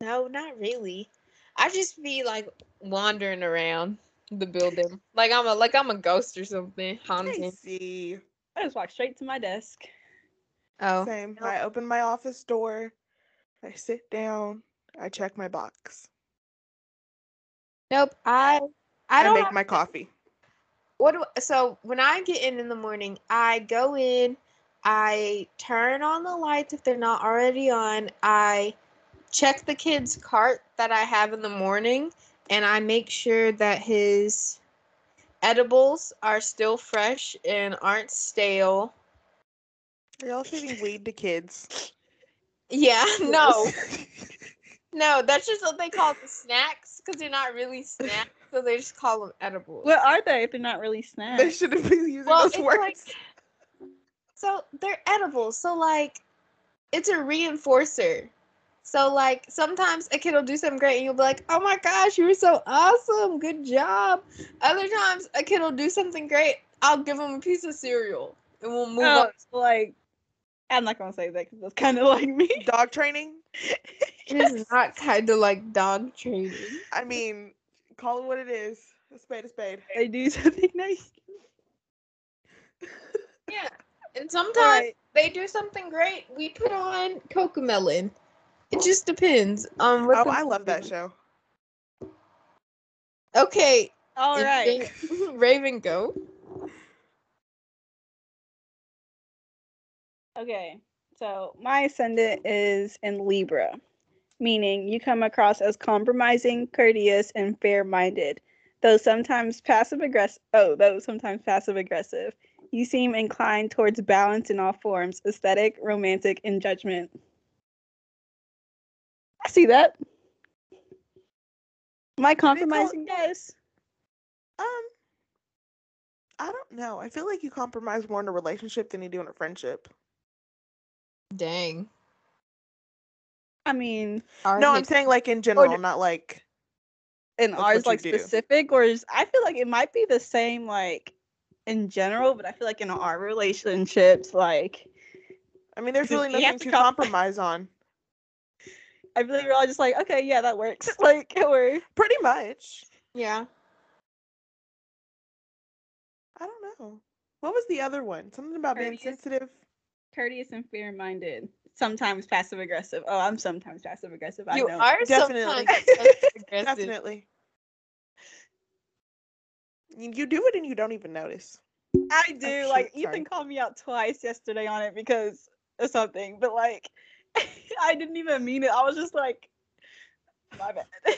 [SPEAKER 3] No, not really. I just be like wandering around the building, like I'm a like I'm a ghost or something. Haunting.
[SPEAKER 2] Casey.
[SPEAKER 1] I just walk straight to my desk.
[SPEAKER 3] Oh,
[SPEAKER 2] Same.
[SPEAKER 3] no.
[SPEAKER 2] I open my office door. I sit down. I check my box.
[SPEAKER 3] Nope. I I
[SPEAKER 2] I,
[SPEAKER 3] don't
[SPEAKER 2] make
[SPEAKER 3] have-
[SPEAKER 2] my coffee.
[SPEAKER 3] what do, so when I get in in the morning, I go in, I turn on the lights if they're not already on, I check the kid's cart that I have in the morning and I make sure that his edibles are still fresh and aren't stale.
[SPEAKER 2] Are y'all feeding weed to kids?
[SPEAKER 3] Yeah, no. No, that's just what they call the snacks because they're not really snacks, so they just call them edibles.
[SPEAKER 1] What are they if they're not really
[SPEAKER 2] They
[SPEAKER 1] snacks?
[SPEAKER 2] shouldn't be using
[SPEAKER 3] Well,
[SPEAKER 2] those
[SPEAKER 3] it's
[SPEAKER 2] words.
[SPEAKER 3] like- so they're edibles. So like, it's a reinforcer. So like, sometimes a kid will do something great, and you'll be like, "Oh my gosh, you were so awesome! Good job." Other times, a kid will do something great. I'll give him a piece of cereal, and we'll move
[SPEAKER 1] Oh,
[SPEAKER 3] on.
[SPEAKER 1] it's like I'm not gonna say that because that's kind of like me.
[SPEAKER 2] Dog training.
[SPEAKER 3] It is not kind of like dog training.
[SPEAKER 2] I mean, call it what it is. A spade a spade.
[SPEAKER 1] They do something nice.
[SPEAKER 3] Yeah, and sometimes.
[SPEAKER 1] Right.
[SPEAKER 3] they do something great, we put on Coca Melon. It just depends on what.
[SPEAKER 2] Oh,
[SPEAKER 3] the-
[SPEAKER 2] I love that show.
[SPEAKER 3] Okay.
[SPEAKER 1] All right.
[SPEAKER 3] then- Raven, go.
[SPEAKER 1] Okay, so my ascendant is in Libra, meaning you come across as compromising, courteous, and fair-minded, though sometimes passive aggressive. Oh, though sometimes passive aggressive. You seem inclined towards balance in all forms: aesthetic, romantic, and judgment. I see that. Am I compromising, guys?
[SPEAKER 2] Um, I don't know. I feel like you compromise more in a relationship than you do in a friendship.
[SPEAKER 3] Dang.
[SPEAKER 1] I mean,
[SPEAKER 2] No, I'm saying like in general,
[SPEAKER 1] no.
[SPEAKER 2] not like
[SPEAKER 1] in
[SPEAKER 2] That's
[SPEAKER 1] ours
[SPEAKER 2] what you
[SPEAKER 1] like
[SPEAKER 2] do.
[SPEAKER 1] specific or is i feel like it might be the same like in general but i feel like in our relationships like
[SPEAKER 2] I mean, there's
[SPEAKER 1] You-
[SPEAKER 2] really
[SPEAKER 1] you have
[SPEAKER 2] nothing
[SPEAKER 1] to
[SPEAKER 2] to,
[SPEAKER 1] comp-
[SPEAKER 2] compromise on.
[SPEAKER 1] i feel like we're all just like okay yeah that works like or
[SPEAKER 2] Pretty much.
[SPEAKER 3] Yeah.
[SPEAKER 2] I don't know. What was the other one? Something about being
[SPEAKER 1] Courteous.
[SPEAKER 2] sensitive.
[SPEAKER 1] courteous and fair-minded sometimes passive aggressive oh i'm sometimes passive aggressive i
[SPEAKER 3] You
[SPEAKER 1] know
[SPEAKER 3] are
[SPEAKER 2] Definitely.
[SPEAKER 3] sometimes aggressive.
[SPEAKER 2] Definitely. You you do it and you don't even notice.
[SPEAKER 1] i do
[SPEAKER 2] shoot,
[SPEAKER 1] like
[SPEAKER 2] sorry.
[SPEAKER 1] ethan called me out twice yesterday on it because of something but like i didn't even mean it i was just like my bad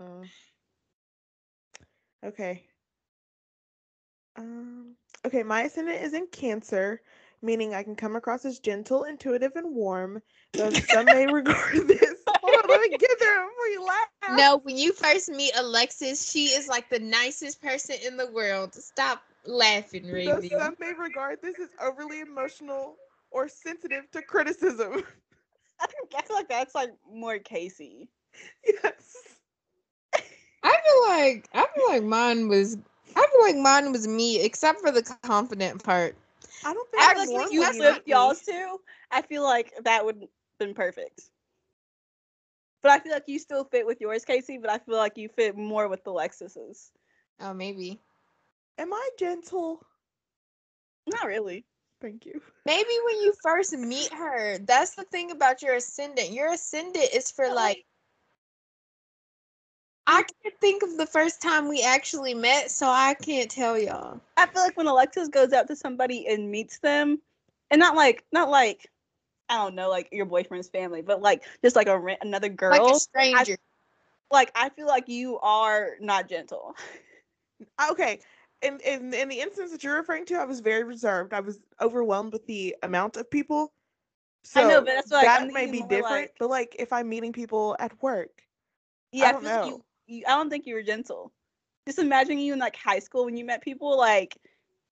[SPEAKER 2] Uh, okay. Um, okay, my ascendant is in Cancer, meaning I can come across as gentle, intuitive, and warm. Though some may regard this. Hold on, let me get there before you laugh.
[SPEAKER 3] No, when you first meet Alexis, she is like the nicest person in the world. Stop laughing,
[SPEAKER 2] Though
[SPEAKER 3] Raven.
[SPEAKER 2] some may regard this as overly emotional or sensitive to criticism.
[SPEAKER 1] i think i feel like that's like more casey
[SPEAKER 2] yes.
[SPEAKER 3] I feel like I feel like mine was I feel like mine was me, except for the confident part.
[SPEAKER 2] I don't think
[SPEAKER 1] I
[SPEAKER 2] I'm
[SPEAKER 1] feel like
[SPEAKER 2] warm
[SPEAKER 1] when you
[SPEAKER 2] when
[SPEAKER 1] lived
[SPEAKER 2] you meet me.
[SPEAKER 1] y'all's too, I feel like that would have been perfect. But I feel like you still fit with yours, Casey, but I feel like you fit more with the Lexuses.
[SPEAKER 3] Oh, maybe.
[SPEAKER 2] Am I gentle?
[SPEAKER 1] Not really.
[SPEAKER 2] Thank you.
[SPEAKER 3] Maybe when you first meet her, that's the thing about your ascendant. Your ascendant is for like. I can't think of the first time we actually met, so I can't tell y'all.
[SPEAKER 1] I feel like when Alexis goes out to somebody and meets them, and not like not like I don't know, like your boyfriend's family, but like just like a ran- another girl.
[SPEAKER 3] Like a
[SPEAKER 1] Like,
[SPEAKER 3] stranger.
[SPEAKER 1] I feel like you are not gentle.
[SPEAKER 2] Okay. In, in in the instance that you're referring to, I was very reserved. I was overwhelmed with the amount of people. So
[SPEAKER 1] I know, but that's what
[SPEAKER 2] that
[SPEAKER 1] I'm
[SPEAKER 2] may
[SPEAKER 1] thinking
[SPEAKER 2] be
[SPEAKER 1] more
[SPEAKER 2] different.
[SPEAKER 1] like-
[SPEAKER 2] but like if I'm meeting people at work,
[SPEAKER 1] Yeah,
[SPEAKER 2] I
[SPEAKER 1] I,
[SPEAKER 2] don't
[SPEAKER 1] feel like
[SPEAKER 2] know.
[SPEAKER 1] you, you. I don't think you were gentle. Just imagine you in like high school when you met people, like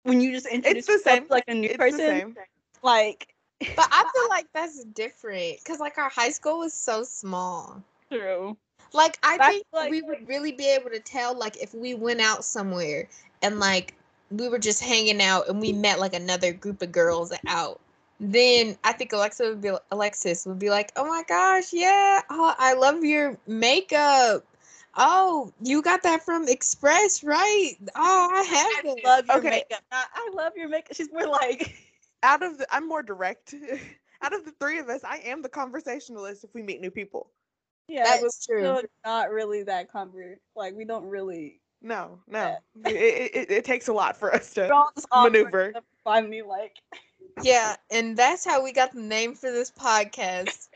[SPEAKER 1] when you just introduced
[SPEAKER 2] the
[SPEAKER 1] yourself
[SPEAKER 2] same.
[SPEAKER 1] to, like a new
[SPEAKER 2] it's
[SPEAKER 1] person.
[SPEAKER 2] the same.
[SPEAKER 1] Like
[SPEAKER 3] But I feel like that's different because, like, our high school was so small.
[SPEAKER 1] true.
[SPEAKER 3] Like, I
[SPEAKER 1] That's
[SPEAKER 3] think
[SPEAKER 1] like-
[SPEAKER 3] we would really be able to tell, like, if we went out somewhere and, like, we were just hanging out and we met, like, another group of girls out. Then I think Alexa would be Alexis would be like, "Oh my gosh, yeah, oh, I love your makeup. Oh, you got that from Express, right? Oh, I have
[SPEAKER 1] I
[SPEAKER 3] it.
[SPEAKER 1] love your
[SPEAKER 2] Okay.
[SPEAKER 1] makeup. I, I love your makeup. She's more like
[SPEAKER 2] Out of the, I'm more direct. Out of the three of us, I am the conversationalist if we meet new people.
[SPEAKER 1] yeah, but
[SPEAKER 3] That's
[SPEAKER 1] we're
[SPEAKER 3] true.
[SPEAKER 1] still not really that convert. Like we don't really.
[SPEAKER 2] No, no. it, it, it- it takes a lot for us
[SPEAKER 1] We're
[SPEAKER 2] to.
[SPEAKER 1] all just awkward
[SPEAKER 2] Maneuver.
[SPEAKER 1] except for Finally, like
[SPEAKER 3] Yeah, and that's how we got the name for this podcast.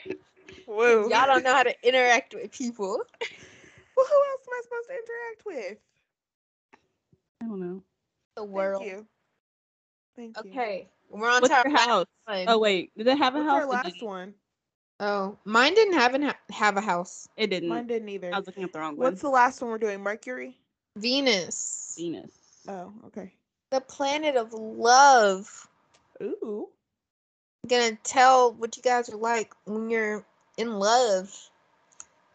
[SPEAKER 2] Whoa.
[SPEAKER 3] Y'all don't know how to interact with people.
[SPEAKER 2] Well, who else am I supposed to interact with?
[SPEAKER 1] I don't know.
[SPEAKER 3] The world.
[SPEAKER 2] Thank you. Thank you.
[SPEAKER 3] Okay, we're on
[SPEAKER 1] What's
[SPEAKER 3] top.
[SPEAKER 1] your house? Oh wait, did they have a
[SPEAKER 2] What's
[SPEAKER 1] house?
[SPEAKER 2] our
[SPEAKER 1] or
[SPEAKER 2] last
[SPEAKER 1] didn't?
[SPEAKER 2] one?
[SPEAKER 3] Oh, mine didn't have an ha- have a house.
[SPEAKER 1] It didn't.
[SPEAKER 2] Mine didn't either.
[SPEAKER 1] I was looking up the wrong one.
[SPEAKER 2] What's the last one we're doing? Mercury?
[SPEAKER 3] Venus,
[SPEAKER 1] Venus?
[SPEAKER 2] Oh, okay.
[SPEAKER 3] the planet of love.
[SPEAKER 2] Ooh.
[SPEAKER 3] gonna tell what you guys are like when you're in love.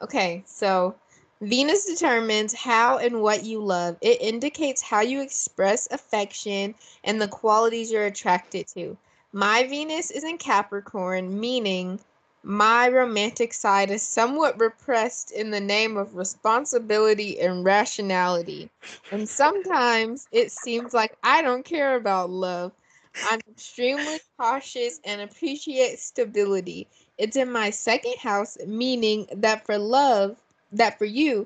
[SPEAKER 3] Okay, so Venus determines how and what you love. It indicates how you express affection and the qualities you're attracted to. My Venus is in Capricorn, meaning my romantic side is somewhat repressed in the name of responsibility and rationality. And sometimes it seems like I don't care about love. I'm extremely cautious and appreciate stability. It's in my second house, meaning that for love, that for you,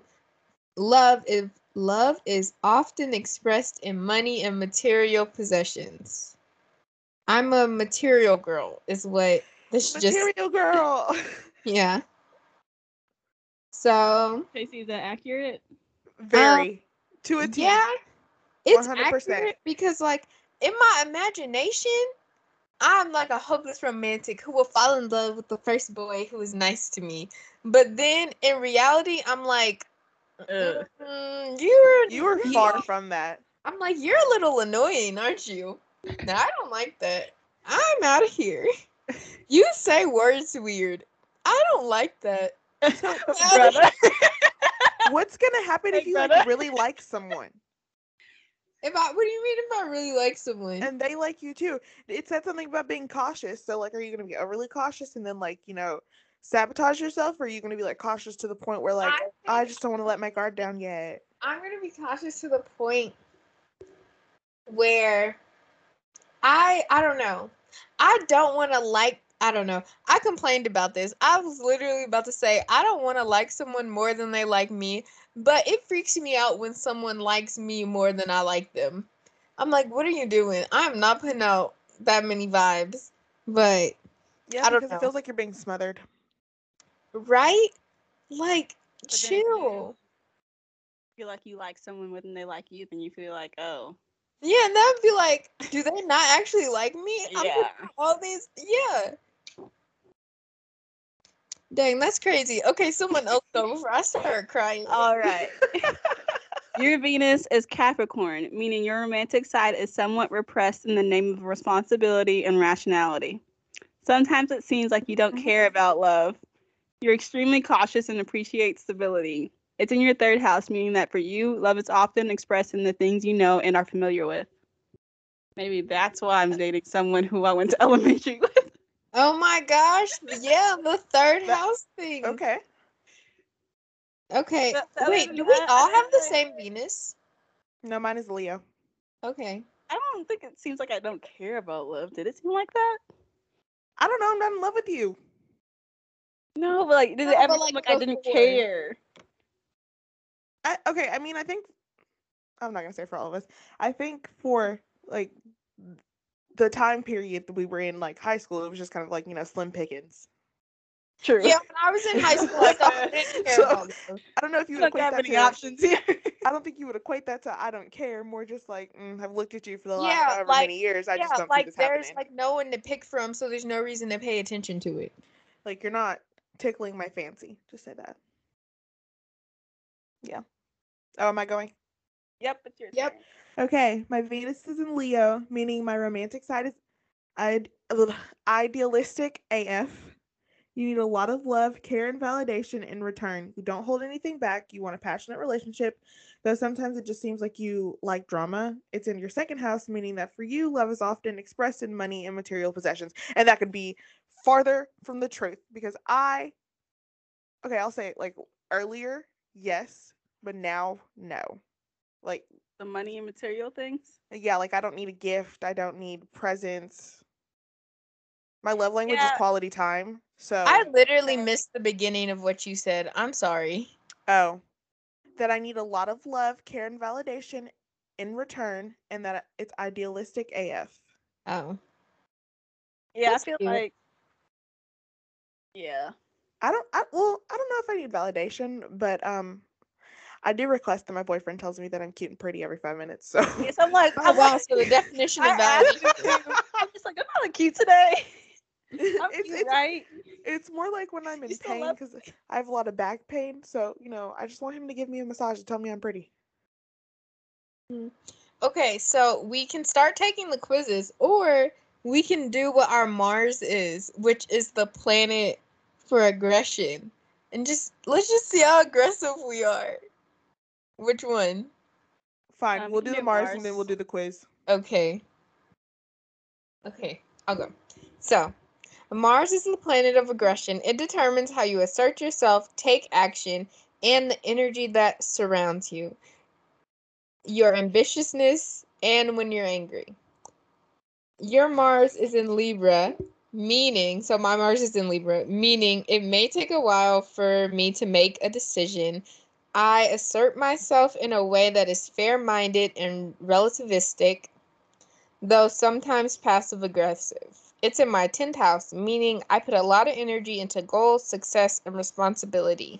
[SPEAKER 3] love is love is often expressed in money and material possessions. I'm a material girl, is what this just Um,
[SPEAKER 2] Material girl.
[SPEAKER 3] yeah. So
[SPEAKER 1] Tracy, is that accurate?
[SPEAKER 2] Very. to a T.
[SPEAKER 3] yeah, it's
[SPEAKER 2] 100%.
[SPEAKER 3] accurate because like in my imagination, I'm like a hopeless romantic who will fall in love with the first boy who is nice to me. But then in reality, I'm like,
[SPEAKER 1] Ugh.
[SPEAKER 3] "Mm, you're
[SPEAKER 2] You were far from that.
[SPEAKER 3] I'm like, you're a little annoying, aren't you? No, I don't like that. I'm out of here. You say words weird. I don't like that.
[SPEAKER 1] Brother.
[SPEAKER 2] What's gonna happen if
[SPEAKER 1] Hey,
[SPEAKER 2] you like
[SPEAKER 1] brother.
[SPEAKER 2] really like someone
[SPEAKER 3] If I, what do you mean if I really like someone?
[SPEAKER 2] and they like you too? It said something about being cautious. So like, are you gonna be overly cautious and then like you know sabotage yourself, or are you gonna be like cautious to the point where like I, just don't want to let my guard down yet?
[SPEAKER 3] I'm gonna be cautious to the point where I I don't know. I don't want to like I don't know. I complained about this. I was literally about to say I don't want to like someone more than they like me, but it freaks me out when someone likes me more than I like them. I'm like, what are you doing? I'm not putting out that many vibes. But
[SPEAKER 2] Yeah,
[SPEAKER 3] I don't
[SPEAKER 2] because
[SPEAKER 3] know.
[SPEAKER 2] it feels like you're being smothered.
[SPEAKER 3] right? Like
[SPEAKER 1] But then if you-
[SPEAKER 3] chill.
[SPEAKER 1] feel like you like someone more than they like you, then you feel like, oh,
[SPEAKER 3] Yeah, and that would be like, do they not actually like me? I'm
[SPEAKER 1] yeah.
[SPEAKER 3] all these yeah dang that's crazy okay someone else go before i start crying
[SPEAKER 1] All right. Your Venus is Capricorn, meaning your romantic side is somewhat repressed in the name of responsibility and rationality. Sometimes it seems like you don't care about love. You're extremely cautious and appreciate stability. It's in your third house, meaning that for you, love is often expressed in the things you know and are familiar with. Maybe that's why I'm dating someone who I went to elementary with.
[SPEAKER 3] oh my gosh yeah the third
[SPEAKER 2] That-
[SPEAKER 3] house thing okay
[SPEAKER 2] Okay.
[SPEAKER 3] okay
[SPEAKER 1] That- that
[SPEAKER 3] wait
[SPEAKER 1] was-
[SPEAKER 3] do we
[SPEAKER 1] I-
[SPEAKER 3] all
[SPEAKER 1] I-
[SPEAKER 3] have the
[SPEAKER 1] I-
[SPEAKER 3] same venus
[SPEAKER 2] No, mine is Leo.
[SPEAKER 3] okay
[SPEAKER 1] I don't think it seems like I don't care about love. Did it seem like that?
[SPEAKER 2] I don't know. I'm not in love with you.
[SPEAKER 1] No, but like, did
[SPEAKER 3] No,
[SPEAKER 1] it
[SPEAKER 3] but,
[SPEAKER 1] ever
[SPEAKER 3] like,
[SPEAKER 1] seem like I didn't
[SPEAKER 3] before.
[SPEAKER 1] care?
[SPEAKER 2] I, okay, I mean, I think I'm not gonna say for all of us. I think for like the time period that we were in, like high school, it was just kind of like you know slim pickings.
[SPEAKER 1] True.
[SPEAKER 3] yeah when i was in high school i thought I didn't care
[SPEAKER 2] So-
[SPEAKER 3] about love.
[SPEAKER 2] I don't know if you
[SPEAKER 1] You
[SPEAKER 2] would
[SPEAKER 1] don't
[SPEAKER 2] equate
[SPEAKER 1] have
[SPEAKER 2] that to.
[SPEAKER 1] any
[SPEAKER 2] like-
[SPEAKER 1] options here.
[SPEAKER 2] I don't think you would equate that to I don't care. More just like mm, I've looked at you for the last
[SPEAKER 3] Yeah,
[SPEAKER 2] however
[SPEAKER 3] like-
[SPEAKER 2] many years. I
[SPEAKER 3] yeah
[SPEAKER 2] just don't see
[SPEAKER 3] like
[SPEAKER 2] this
[SPEAKER 3] there's
[SPEAKER 2] happening. Like,
[SPEAKER 3] like no one to pick from so there's no reason to pay attention to it
[SPEAKER 2] you're not tickling my fancy. Just say that. Yeah. Oh, am I going?
[SPEAKER 1] Yep, it's your
[SPEAKER 3] Yep.
[SPEAKER 1] turn.
[SPEAKER 2] Okay, my Venus is in Leo, meaning my romantic side is I'd, idealistic AF. You need a lot of love, care, and validation in return. You don't hold anything back. You want a passionate relationship, though sometimes it just seems like you like drama. It's in your second house, meaning that for you, love is often expressed in money and material possessions. And that could be farther from the truth because I, okay, I'll say it like earlier, yes, but now, no. Like,
[SPEAKER 1] The money and material things.
[SPEAKER 2] yeah, like I don't need a gift. I don't need presents. My love language
[SPEAKER 1] Yeah.
[SPEAKER 2] is quality time. So
[SPEAKER 3] i literally
[SPEAKER 1] Okay.
[SPEAKER 3] missed the beginning of what you said i'm sorry
[SPEAKER 2] oh, that I need a lot of love, care, and validation in return, and that it's idealistic AF.
[SPEAKER 3] oh
[SPEAKER 1] Yeah,
[SPEAKER 3] That's
[SPEAKER 1] I feel
[SPEAKER 3] cute.
[SPEAKER 1] like. Yeah.
[SPEAKER 2] I don't. I, well, I don't know if I need validation, but um, I do request that my boyfriend tells me that I'm cute and pretty every five minutes. So
[SPEAKER 1] Yes, I'm like,
[SPEAKER 3] oh
[SPEAKER 1] I'm
[SPEAKER 3] wow
[SPEAKER 1] like,
[SPEAKER 3] so the definition
[SPEAKER 1] I
[SPEAKER 3] of value
[SPEAKER 1] asked you to. I'm just like, I'm not cute today.
[SPEAKER 2] it's, it's,
[SPEAKER 1] right?
[SPEAKER 2] it's more like when I'm in
[SPEAKER 1] You still
[SPEAKER 2] pain
[SPEAKER 1] love-
[SPEAKER 2] because I have a lot of back pain. So, you know, I just want him to give me a massage and tell me I'm pretty.
[SPEAKER 3] Okay, so we can start taking the quizzes, or we can do what our Mars is, which is the planet for aggression, and just let's just see how aggressive we are. Which one?
[SPEAKER 2] Fine,
[SPEAKER 1] Um,
[SPEAKER 2] we'll
[SPEAKER 1] you
[SPEAKER 2] do the
[SPEAKER 1] do
[SPEAKER 2] Mars, and then
[SPEAKER 1] Mars.
[SPEAKER 2] we'll do the quiz.
[SPEAKER 3] Okay. Okay, I'll go. So, Mars is the planet of aggression. It determines how you assert yourself, take action, and the energy that surrounds you, your ambitiousness, and when you're angry. Your Mars is in Libra, meaning, so my Mars is in Libra, meaning it may take a while for me to make a decision. I assert myself in a way that is fair minded and relativistic though sometimes passive aggressive. It's in my 10th house, meaning I put a lot of energy into goals, success, and responsibility.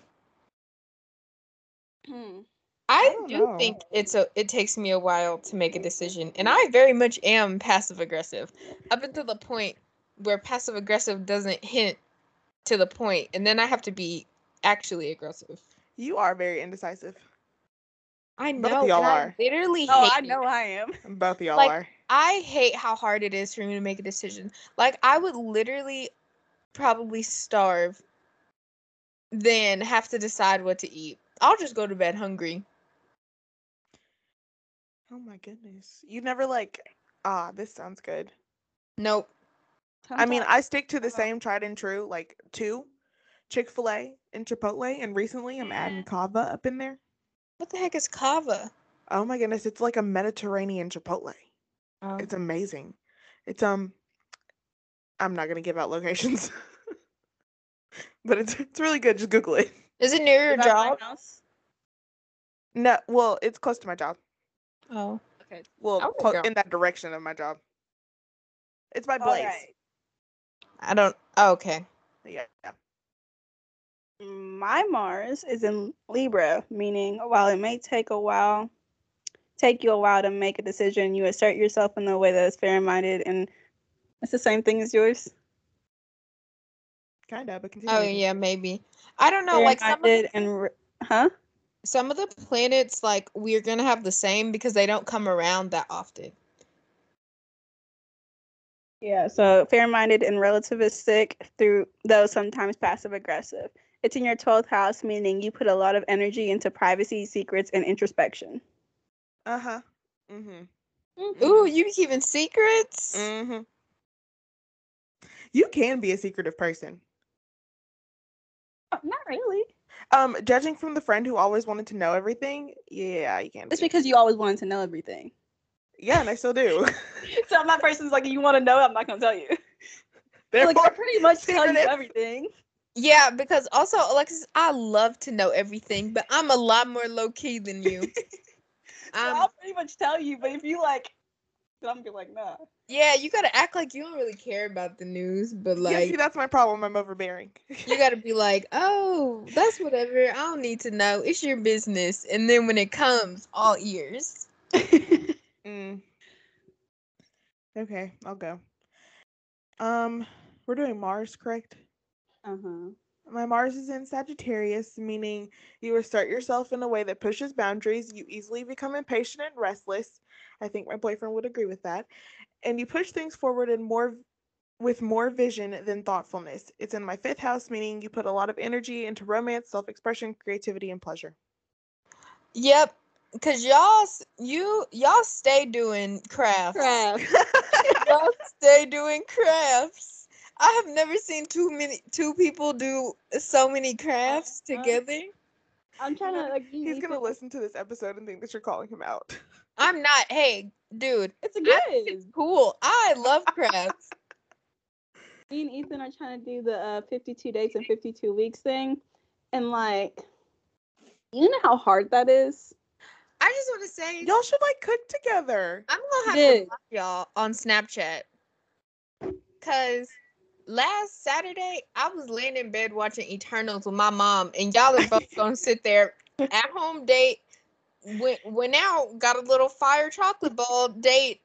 [SPEAKER 1] Hmm.
[SPEAKER 2] I
[SPEAKER 3] I
[SPEAKER 2] don't
[SPEAKER 3] do
[SPEAKER 2] know.
[SPEAKER 3] think it's a it takes me a while to make a decision, and I very much am passive aggressive up until the point where passive aggressive doesn't hint to the point, and then I have to be actually aggressive.
[SPEAKER 2] You are very indecisive.
[SPEAKER 3] I
[SPEAKER 2] Both
[SPEAKER 3] know, and
[SPEAKER 2] y'all
[SPEAKER 3] I
[SPEAKER 2] are.
[SPEAKER 3] literally
[SPEAKER 1] Oh,
[SPEAKER 3] hate
[SPEAKER 1] I
[SPEAKER 3] it.
[SPEAKER 1] know I am.
[SPEAKER 2] Both y'all
[SPEAKER 3] Like-
[SPEAKER 2] are.
[SPEAKER 3] I hate how hard it is for me to make a decision. Like I would literally probably starve then have to decide what to eat. I'll just go to bed hungry.
[SPEAKER 2] Oh my goodness. You never like, ah, this sounds good.
[SPEAKER 3] Nope.
[SPEAKER 2] I mean, I stick to the
[SPEAKER 1] Sometimes.
[SPEAKER 2] same tried and true, like two Chick fil A and Chipotle. And recently I'm adding
[SPEAKER 1] Mm.
[SPEAKER 2] kava up in there.
[SPEAKER 3] What the heck is kava?
[SPEAKER 2] Oh my goodness. It's like a Mediterranean
[SPEAKER 1] Oh
[SPEAKER 2] Chipotle. It's amazing. It's, um, I'm not going to give out locations, but it's, it's really good. Just Google it.
[SPEAKER 3] Is it near your
[SPEAKER 1] Is that my
[SPEAKER 3] job?
[SPEAKER 1] house?
[SPEAKER 2] No, well, it's close to my job.
[SPEAKER 3] Oh.
[SPEAKER 1] Okay.
[SPEAKER 2] Well,
[SPEAKER 3] Oh,
[SPEAKER 2] clo-
[SPEAKER 3] girl.
[SPEAKER 2] in that direction of my job. It's by
[SPEAKER 1] All
[SPEAKER 2] Blaze.
[SPEAKER 1] right.
[SPEAKER 3] I don't oh, okay.
[SPEAKER 2] Yeah. yeah.
[SPEAKER 1] My Mars is in Libra, meaning while it may take a while, take you a while to make a decision, you assert yourself in a way that is fair minded and it's the same thing as yours.
[SPEAKER 2] Kind of, but continue.
[SPEAKER 3] Oh yeah, maybe. I don't know, like some of,
[SPEAKER 1] Fair-minded and re- huh?
[SPEAKER 3] some of the planets like we're gonna have the same because they don't come around that often.
[SPEAKER 1] Yeah, so fair minded and relativistic through though sometimes passive aggressive. It's in your twelfth house, meaning you put a lot of energy into privacy, secrets, and introspection.
[SPEAKER 2] Uh huh. Mm-hmm.
[SPEAKER 3] Ooh, you keeping secrets?
[SPEAKER 2] Mm-hmm. You can be a secretive person.
[SPEAKER 1] Oh, not really.
[SPEAKER 2] Um, judging from the friend who always wanted to know everything, yeah, you can.
[SPEAKER 1] It's
[SPEAKER 2] be.
[SPEAKER 1] because you always wanted to know everything.
[SPEAKER 2] yeah, and I still do.
[SPEAKER 1] so if my person's like, you want to know, I'm not gonna tell you.
[SPEAKER 2] Therefore,
[SPEAKER 1] like I pretty much tell you
[SPEAKER 2] secretive.
[SPEAKER 1] everything.
[SPEAKER 3] Yeah, because also Alexis, I love to know everything, but I'm a lot more low key than you. Um,
[SPEAKER 1] So
[SPEAKER 3] I'm
[SPEAKER 2] Um,
[SPEAKER 1] I'll pretty much tell you, but if you like, then I'm gonna be like, nah.
[SPEAKER 3] Yeah, you gotta act like you don't really care about the news, but
[SPEAKER 2] yeah,
[SPEAKER 3] like
[SPEAKER 2] see, that's my problem. I'm overbearing.
[SPEAKER 3] you gotta be like, oh, that's whatever. I don't need to know. It's your business. And then when it comes, all ears.
[SPEAKER 2] Mm. Okay, I'll go. Um, we're doing Mars, correct?
[SPEAKER 1] Uh huh.
[SPEAKER 2] My Mars is in Sagittarius, meaning you assert yourself in a way that pushes boundaries. You easily become impatient and restless. I think my boyfriend would agree with that. And you push things forward in more with more vision than thoughtfulness. It's in my fifth house, meaning you put a lot of energy into romance, self-expression, creativity, and pleasure.
[SPEAKER 3] Yep. Cause y'all s- you y'all stay doing crafts. y'all stay doing crafts. I have never seen too many two people do so many crafts
[SPEAKER 1] Uh-huh.
[SPEAKER 3] together.
[SPEAKER 1] I'm trying to like. you
[SPEAKER 2] He's
[SPEAKER 1] need
[SPEAKER 2] gonna
[SPEAKER 1] to-
[SPEAKER 2] listen to this episode and think that you're calling him out.
[SPEAKER 3] I'm not hey, dude,
[SPEAKER 1] It's a
[SPEAKER 3] I-
[SPEAKER 1] good.
[SPEAKER 3] cool. I love crafts.
[SPEAKER 1] me and Ethan are trying to do the uh, 52 days and 52 weeks thing. And like, you know how hard that is?
[SPEAKER 3] I just wanna say
[SPEAKER 2] Y'all should like cook together.
[SPEAKER 3] I'm gonna have
[SPEAKER 1] Dude.
[SPEAKER 3] to block y'all on Snapchat. Cause last Saturday I was laying in bed watching Eternals with my mom, and y'all are both gonna sit there at home date. Went went out, got a little fire chocolate ball date.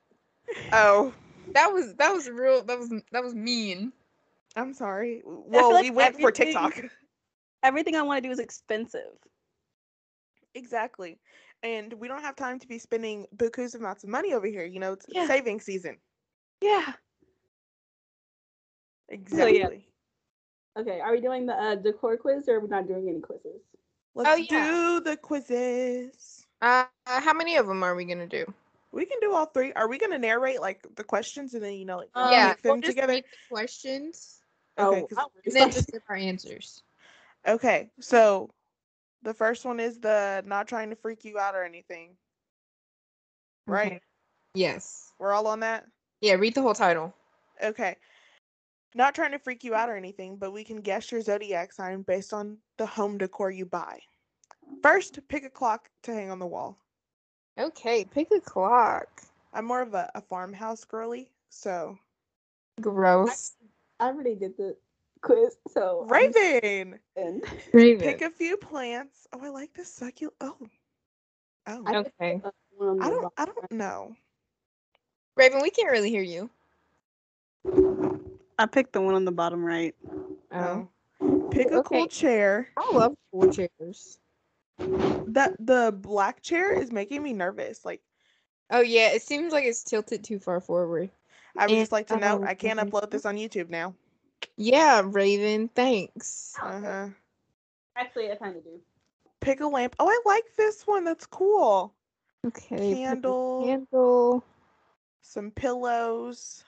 [SPEAKER 2] Oh,
[SPEAKER 3] That was that was real. That was that was mean.
[SPEAKER 2] I'm sorry. Well,
[SPEAKER 1] like
[SPEAKER 2] we went for
[SPEAKER 1] everything-
[SPEAKER 2] TikTok.
[SPEAKER 1] Everything I want to do is expensive.
[SPEAKER 2] Exactly. And we don't have time to be spending bukus amounts of money over here. You know, it's
[SPEAKER 3] Yeah.
[SPEAKER 2] saving season.
[SPEAKER 3] Yeah.
[SPEAKER 2] Exactly.
[SPEAKER 1] Okay, are we doing the uh, decor quiz or are we not doing any quizzes?
[SPEAKER 2] Let's
[SPEAKER 3] Oh, yeah.
[SPEAKER 2] do the quizzes.
[SPEAKER 3] Uh, uh, how many of them are we gonna do?
[SPEAKER 2] We can do all three. Are we gonna narrate like the questions and then you know like
[SPEAKER 1] Um,
[SPEAKER 3] yeah.
[SPEAKER 2] mix them
[SPEAKER 3] just
[SPEAKER 2] together?
[SPEAKER 3] make the questions
[SPEAKER 2] Okay, 'cause-
[SPEAKER 1] oh,
[SPEAKER 3] and then just give our answers.
[SPEAKER 2] Okay, so the first one is the not trying to freak you out or anything. Right?
[SPEAKER 3] Okay. Yes.
[SPEAKER 2] We're all on that?
[SPEAKER 3] Yeah. Read the whole title.
[SPEAKER 2] Okay. Not trying to freak you out or anything, but we can guess your zodiac sign based on the home decor you buy. First, pick a clock to hang on the wall.
[SPEAKER 3] Okay. Pick a clock.
[SPEAKER 2] I'm more of a, a farmhouse girly, so
[SPEAKER 3] Gross.
[SPEAKER 1] I already did the quiz, so I'm
[SPEAKER 2] Raven,
[SPEAKER 1] in.
[SPEAKER 2] pick a few plants. Oh, I like this succulent. Oh, oh,
[SPEAKER 1] I-
[SPEAKER 3] okay.
[SPEAKER 1] Uh, one on
[SPEAKER 2] I
[SPEAKER 1] the
[SPEAKER 2] don't,
[SPEAKER 1] rock.
[SPEAKER 2] I don't know.
[SPEAKER 3] Raven, we can't really hear you.
[SPEAKER 1] I picked the one on the bottom right.
[SPEAKER 2] Oh. Pick a
[SPEAKER 3] Okay.
[SPEAKER 2] cool chair.
[SPEAKER 3] I love cool chairs.
[SPEAKER 2] That the black chair is making me nervous. Like
[SPEAKER 3] Oh yeah, it seems like it's tilted too far forward.
[SPEAKER 2] I would
[SPEAKER 3] And,
[SPEAKER 2] just like to know
[SPEAKER 3] um,
[SPEAKER 2] I can't
[SPEAKER 3] mhm.
[SPEAKER 2] upload this on YouTube now.
[SPEAKER 3] Yeah, Raven, thanks.
[SPEAKER 2] Uh-huh.
[SPEAKER 1] Actually, I kind of do.
[SPEAKER 2] Pick a lamp. Oh, I like this one. That's cool.
[SPEAKER 3] Okay. pick a
[SPEAKER 2] Candle.
[SPEAKER 3] Candle.
[SPEAKER 2] Some pillows.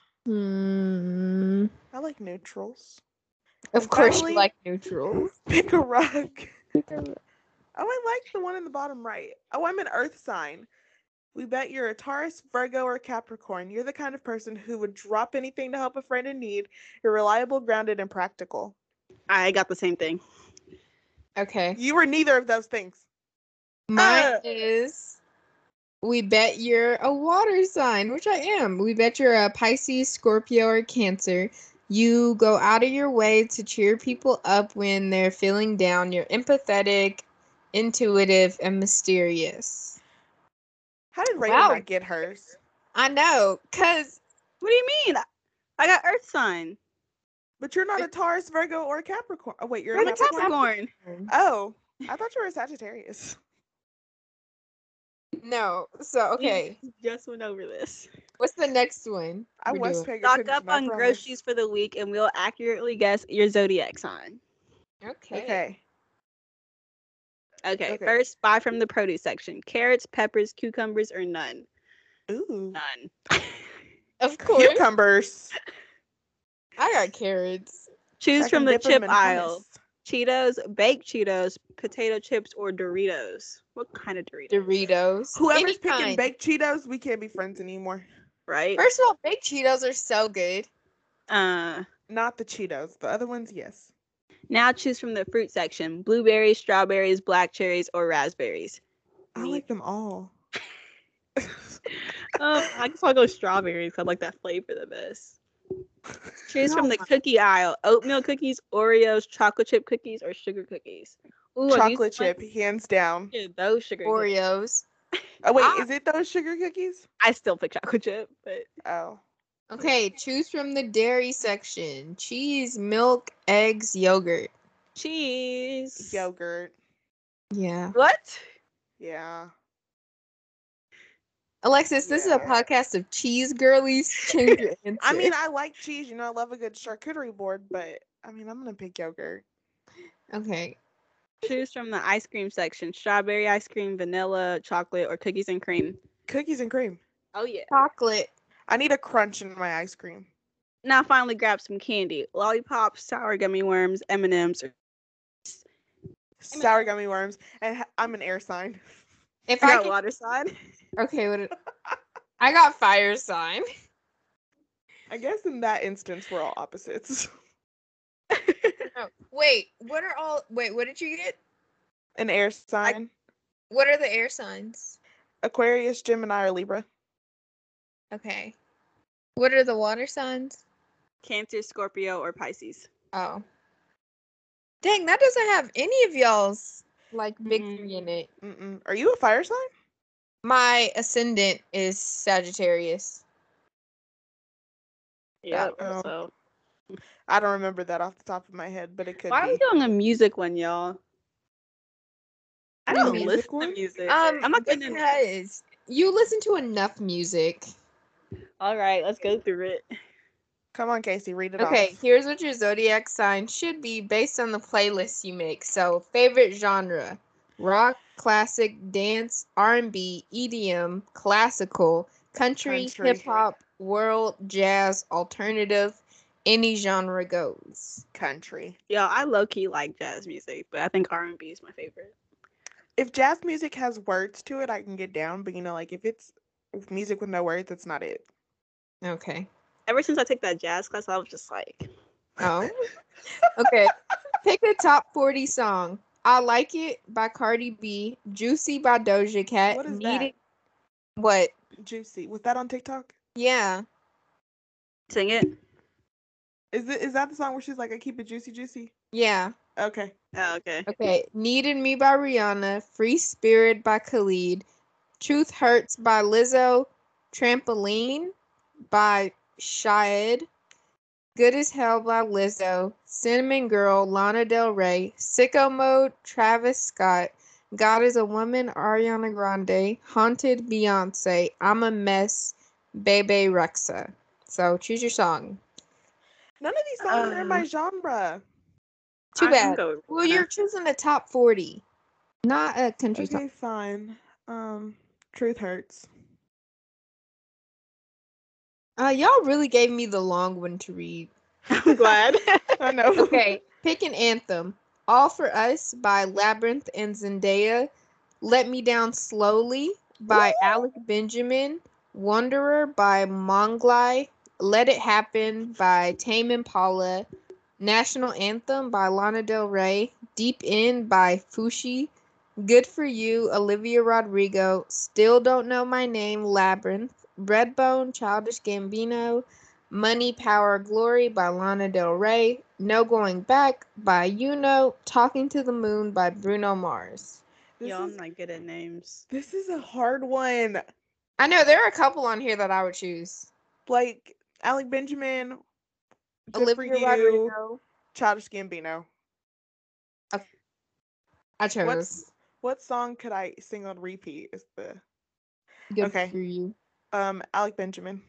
[SPEAKER 3] Hmm.
[SPEAKER 2] I like neutrals.
[SPEAKER 3] Of course
[SPEAKER 2] Finally-
[SPEAKER 3] you like neutrals.
[SPEAKER 2] Pick a rug. Oh, I like the one in the bottom right. Oh, I'm an earth sign. We bet you're a Taurus, Virgo, or Capricorn. You're the kind of person who would drop anything to help a friend in need. You're reliable, grounded, and practical.
[SPEAKER 1] I got the same thing.
[SPEAKER 3] Okay.
[SPEAKER 2] You were neither of those things.
[SPEAKER 3] Mine
[SPEAKER 2] Uh.
[SPEAKER 3] is we bet you're a water sign, which I am. We bet you're a Pisces, Scorpio, or Cancer. You go out of your way to cheer people up when they're feeling down. You're empathetic, intuitive, and mysterious.
[SPEAKER 2] How did Raven
[SPEAKER 3] Wow.
[SPEAKER 2] not get hers?
[SPEAKER 3] I know, cause
[SPEAKER 1] What do you mean? I- I got Earth sign.
[SPEAKER 2] But you're not a Taurus, Virgo, or Capricorn. Oh wait, you're
[SPEAKER 1] I'm
[SPEAKER 2] a
[SPEAKER 1] a
[SPEAKER 2] Capricorn.
[SPEAKER 1] Capricorn.
[SPEAKER 2] Oh, I thought you were a Sagittarius.
[SPEAKER 3] no. So okay,
[SPEAKER 1] We just went over this.
[SPEAKER 3] what's the next one?
[SPEAKER 2] I
[SPEAKER 3] we're
[SPEAKER 2] was
[SPEAKER 3] doing?
[SPEAKER 2] paying
[SPEAKER 1] Stock up
[SPEAKER 2] attention, I
[SPEAKER 1] on
[SPEAKER 2] promise.
[SPEAKER 1] groceries for the week, and we'll accurately guess your zodiac sign.
[SPEAKER 3] Okay.
[SPEAKER 2] Okay.
[SPEAKER 1] Okay,
[SPEAKER 2] Okay.
[SPEAKER 1] first buy from the produce section: carrots, peppers, cucumbers, or none.
[SPEAKER 2] Ooh.
[SPEAKER 1] None.
[SPEAKER 3] Of course,
[SPEAKER 2] Cucumbers.
[SPEAKER 3] I got carrots.
[SPEAKER 1] Choose
[SPEAKER 2] I
[SPEAKER 1] from
[SPEAKER 2] can
[SPEAKER 1] the
[SPEAKER 2] dip 'em
[SPEAKER 1] chip
[SPEAKER 2] in
[SPEAKER 1] aisle:
[SPEAKER 2] hummus.
[SPEAKER 1] Cheetos, baked Cheetos, potato chips, or Doritos. What kind of Doritos?
[SPEAKER 3] Doritos.
[SPEAKER 2] Whoever's
[SPEAKER 3] any
[SPEAKER 2] picking
[SPEAKER 3] kind.
[SPEAKER 2] baked Cheetos, we can't be friends anymore.
[SPEAKER 1] right.
[SPEAKER 3] First of all, baked Cheetos are so good.
[SPEAKER 1] Uh,
[SPEAKER 2] Not the Cheetos. The other ones, yes.
[SPEAKER 1] now choose from the fruit section: blueberries, strawberries, black cherries, or raspberries.
[SPEAKER 2] I
[SPEAKER 1] Me-
[SPEAKER 2] like them all.
[SPEAKER 1] Um, I guess I'll go strawberries. 'cause I like that flavor the best. Choose from
[SPEAKER 3] No,
[SPEAKER 1] the
[SPEAKER 3] my-
[SPEAKER 1] cookie aisle: oatmeal cookies, Oreos, chocolate chip cookies, or sugar cookies. Ooh, are these
[SPEAKER 2] Chocolate
[SPEAKER 1] the ones-
[SPEAKER 2] chip, hands down.
[SPEAKER 1] Yeah, Ah! those sugar. Cookies.
[SPEAKER 3] Oreos.
[SPEAKER 2] Oh wait,
[SPEAKER 3] I-
[SPEAKER 2] is it those sugar cookies?
[SPEAKER 1] I still pick chocolate chip, but
[SPEAKER 2] Oh.
[SPEAKER 3] Okay, choose from the dairy section: cheese, milk, eggs, yogurt.
[SPEAKER 1] cheese.
[SPEAKER 2] Yogurt.
[SPEAKER 3] Yeah,
[SPEAKER 1] What?
[SPEAKER 2] Yeah.
[SPEAKER 3] Alexis, this is a
[SPEAKER 2] Yeah.
[SPEAKER 3] podcast of cheese girlies. Change your answer.
[SPEAKER 2] I mean, I like cheese. You know, I love a good charcuterie board, but I mean, I'm gonna pick yogurt.
[SPEAKER 3] okay.
[SPEAKER 1] Choose from the ice cream section: strawberry ice cream, vanilla, chocolate, or cookies and cream.
[SPEAKER 2] Cookies and cream.
[SPEAKER 1] Oh yeah.
[SPEAKER 3] Chocolate.
[SPEAKER 2] I need a crunch in my ice cream.
[SPEAKER 1] Now finally grab some candy: lollipops, sour gummy worms, M and M's.
[SPEAKER 2] Sour gummy worms, and ha- I'm an air sign.
[SPEAKER 3] If
[SPEAKER 1] I
[SPEAKER 3] I
[SPEAKER 1] got
[SPEAKER 3] could,
[SPEAKER 1] water sign.
[SPEAKER 3] okay, what? did- I got fire sign.
[SPEAKER 2] I guess in that instance, we're all opposites.
[SPEAKER 3] No, Wait, what are all? Wait, what did you get?
[SPEAKER 2] An air sign.
[SPEAKER 3] What are the air signs?
[SPEAKER 2] Aquarius, Gemini, or Libra.
[SPEAKER 3] Okay. What are the water signs?
[SPEAKER 1] Cancer, Scorpio, or Pisces.
[SPEAKER 3] Oh. Dang, that doesn't have any of y'all's like big three in it.
[SPEAKER 2] Mm-mm. Are you a fire sign?
[SPEAKER 3] My ascendant is Sagittarius.
[SPEAKER 1] Yeah. uh,
[SPEAKER 2] Uh-oh.
[SPEAKER 1] So.
[SPEAKER 2] I don't remember that off the top of my head, but it could
[SPEAKER 1] Why are
[SPEAKER 2] be.
[SPEAKER 1] we doing a music one, y'all? I
[SPEAKER 3] A
[SPEAKER 1] don't
[SPEAKER 3] music
[SPEAKER 1] listen
[SPEAKER 2] one?
[SPEAKER 1] to music.
[SPEAKER 3] Um,
[SPEAKER 1] I'm not gonna.
[SPEAKER 3] because you listen to enough music.
[SPEAKER 1] All right, let's go through it.
[SPEAKER 2] Come on, Casey, read it
[SPEAKER 3] Okay,
[SPEAKER 2] off.
[SPEAKER 3] here's what your zodiac sign should be based on the playlist you make. So, favorite genre: rock, classic, dance, R&B, EDM, E classical, country,
[SPEAKER 2] Country.
[SPEAKER 3] hip hop, world, jazz, alternative. Any genre goes.
[SPEAKER 2] Country.
[SPEAKER 1] Yo, I low key like jazz music, but I think R and B is my favorite.
[SPEAKER 2] If jazz music has words to it, I can get down. But you know, like if it's if music with no words, that's not it.
[SPEAKER 3] Okay.
[SPEAKER 1] Ever since I took that jazz class, I was just like,
[SPEAKER 3] Oh. okay. Pick a top 40 song. I Like It by Cardi B, Juicy by Doja Cat,
[SPEAKER 2] What is
[SPEAKER 3] Need
[SPEAKER 2] that?
[SPEAKER 3] It. What?
[SPEAKER 2] Juicy. Was that on TikTok?
[SPEAKER 3] Yeah.
[SPEAKER 1] sing it.
[SPEAKER 2] Is it is that the song where she's like, I keep it juicy, juicy?
[SPEAKER 3] Yeah.
[SPEAKER 2] Okay.
[SPEAKER 1] Oh, okay.
[SPEAKER 3] Okay. Needed Me by Rihanna, Free Spirit by Khalid, Truth Hurts by Lizzo, Trampoline by Shaid, Good as Hell by Lizzo, Cinnamon Girl, Lana Del Rey, Sicko Mode, Travis Scott, God is a Woman, Ariana Grande, Haunted, Beyonce, I'm a Mess, Bebe Rexa. So choose your song.
[SPEAKER 2] None of these songs are in
[SPEAKER 3] Um,
[SPEAKER 2] my genre.
[SPEAKER 3] Too
[SPEAKER 1] I can
[SPEAKER 3] bad.
[SPEAKER 1] go with
[SPEAKER 3] Well,
[SPEAKER 1] Rihanna.
[SPEAKER 3] you're choosing a top 40, not a country song.
[SPEAKER 2] Okay, fine. Um, truth hurts.
[SPEAKER 3] Uh, y'all really gave me the long one to read.
[SPEAKER 1] I'm glad.
[SPEAKER 2] I know.
[SPEAKER 3] Okay, pick an anthem. All for Us by Labyrinth and Zendaya. Let Me Down Slowly by Alec Benjamin. Wanderer by Monglai. Let It Happen by Tame Impala. National Anthem by Lana Del Rey. Deep In by Fushi. Good for You, Olivia Rodrigo. Still Don't Know My Name, Labyrinth. Redbone, Childish Gambino. Money, Power, Glory by Lana Del Rey, No Going Back by Yuno, Talking to the Moon by Bruno Mars.
[SPEAKER 2] This,
[SPEAKER 1] Yo, I'm
[SPEAKER 2] is,
[SPEAKER 1] not good at names.
[SPEAKER 2] this is a hard one.
[SPEAKER 3] I know there are a couple on here that I would choose.
[SPEAKER 2] Like Alec Benjamin, Good for
[SPEAKER 3] Olivia
[SPEAKER 2] You,
[SPEAKER 3] Rodrigo.
[SPEAKER 2] Childish Gambino.
[SPEAKER 3] I chose.
[SPEAKER 2] What's what song could I sing on repeat? Is the
[SPEAKER 3] Good
[SPEAKER 2] okay.
[SPEAKER 3] for you.
[SPEAKER 2] um Alec Benjamin.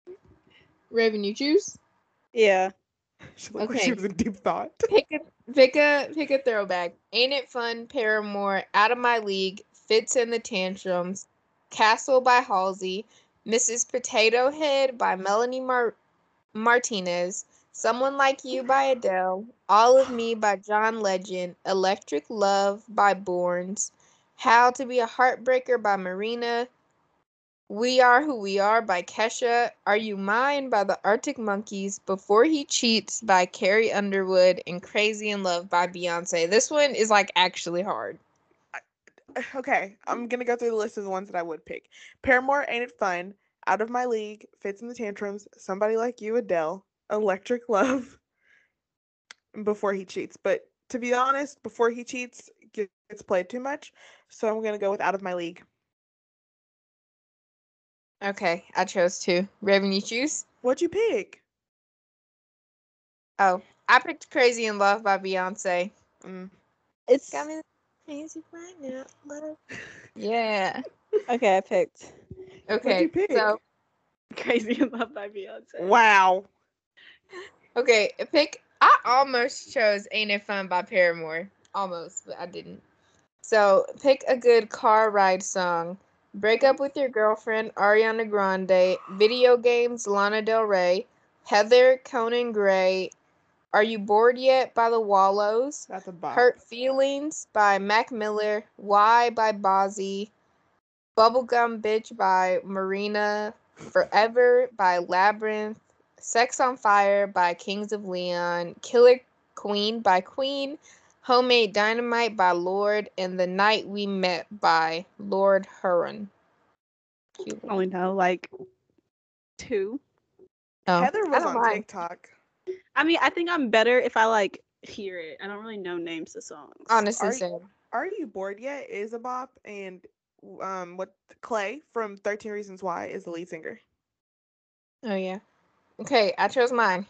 [SPEAKER 3] Raven, you choose?
[SPEAKER 1] Yeah.
[SPEAKER 2] She looked like she
[SPEAKER 3] Okay.
[SPEAKER 2] was in deep thought.
[SPEAKER 3] Pick a pick a pick a throwback. Ain't it fun? Paramore, Out of My League, Fits in the Tantrums, Castle by Halsey, Mrs. Potato Head by Melanie Mar- Martinez, Someone Like You by Adele, All of Me by John Legend, Electric Love by Bournes, How to Be a Heartbreaker by Marina, we Are Who We Are by Kesha, Are You Mine by the Arctic Monkeys, Before He Cheats by Carrie Underwood, and Crazy in Love by Beyonce. This one is like actually hard.
[SPEAKER 2] okay, I'm gonna go through the list of the ones that I would pick. Paramore, Ain't It Fun, Out of My League, Fits in the Tantrums, Somebody Like You, Adele, Electric Love, and Before He Cheats. But to be honest, Before He Cheats ge- gets played too much, so I'm gonna go with Out of My League.
[SPEAKER 3] Okay, I chose two. Raven, you choose?
[SPEAKER 2] What'd you pick?
[SPEAKER 3] Oh, I picked Crazy in Love by Beyonce.
[SPEAKER 2] Mm.
[SPEAKER 1] It's
[SPEAKER 3] Got me crazy right now. love. Yeah.
[SPEAKER 1] okay. I picked
[SPEAKER 3] Okay.
[SPEAKER 2] pick?
[SPEAKER 3] So,
[SPEAKER 1] "Crazy in Love" by Beyonce.
[SPEAKER 2] Wow.
[SPEAKER 3] okay, pick. I almost chose Ain't It Fun by Paramore. Almost, but I didn't. So, pick a good car ride song. Break Up With Your Girlfriend, Ariana Grande. Video Games, Lana Del Rey. Heather, Conan Gray. Are You Bored Yet by The Wallows.
[SPEAKER 2] That's a bop.
[SPEAKER 3] Hurt Feelings by Mac Miller. Why by Bozzy. Bubblegum Bitch by Marina. Forever by Labyrinth. Sex on Fire by Kings of Leon. Killer Queen by Queen. Homemade Dynamite by Lord. And The Night We Met by Lord Huron. Cute.
[SPEAKER 1] I
[SPEAKER 2] Oh,
[SPEAKER 1] only know like two.
[SPEAKER 3] Oh,
[SPEAKER 2] Heather was
[SPEAKER 3] I don't
[SPEAKER 2] on
[SPEAKER 3] mind.
[SPEAKER 2] TikTok.
[SPEAKER 1] I mean, I think I'm better if I like hear it. I don't really know names of songs.
[SPEAKER 3] Honestly,
[SPEAKER 2] Are-
[SPEAKER 3] same.
[SPEAKER 2] Are You Bored Yet is a bop, and um, what Clay from 13 Reasons Why is the lead singer.
[SPEAKER 3] Oh, yeah. Okay, I chose mine.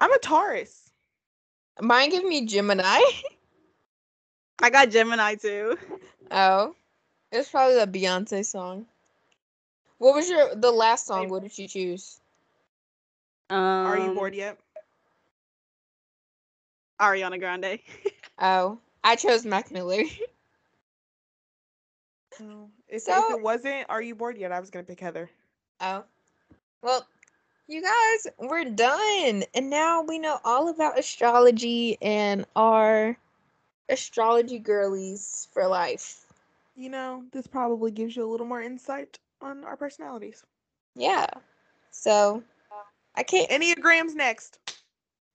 [SPEAKER 2] I'm a Taurus.
[SPEAKER 3] Mine give me Gemini.
[SPEAKER 1] I got Gemini too.
[SPEAKER 3] Oh, it's probably the Beyonce song. What was your the last song?
[SPEAKER 2] Wait.
[SPEAKER 3] What did you choose?
[SPEAKER 1] Um,
[SPEAKER 2] Are you bored yet?
[SPEAKER 1] Ariana Grande.
[SPEAKER 3] Oh, I chose Mac Miller.
[SPEAKER 2] No. If,
[SPEAKER 3] So-
[SPEAKER 2] if it wasn't, are you bored yet? I was gonna pick Heather.
[SPEAKER 3] Oh, well, you guys, we're done, and now we know all about astrology and our astrology girlies for life.
[SPEAKER 2] You know, this probably gives you a little more insight on our personalities.
[SPEAKER 3] Yeah. So, I can't
[SPEAKER 2] Enneagrams next.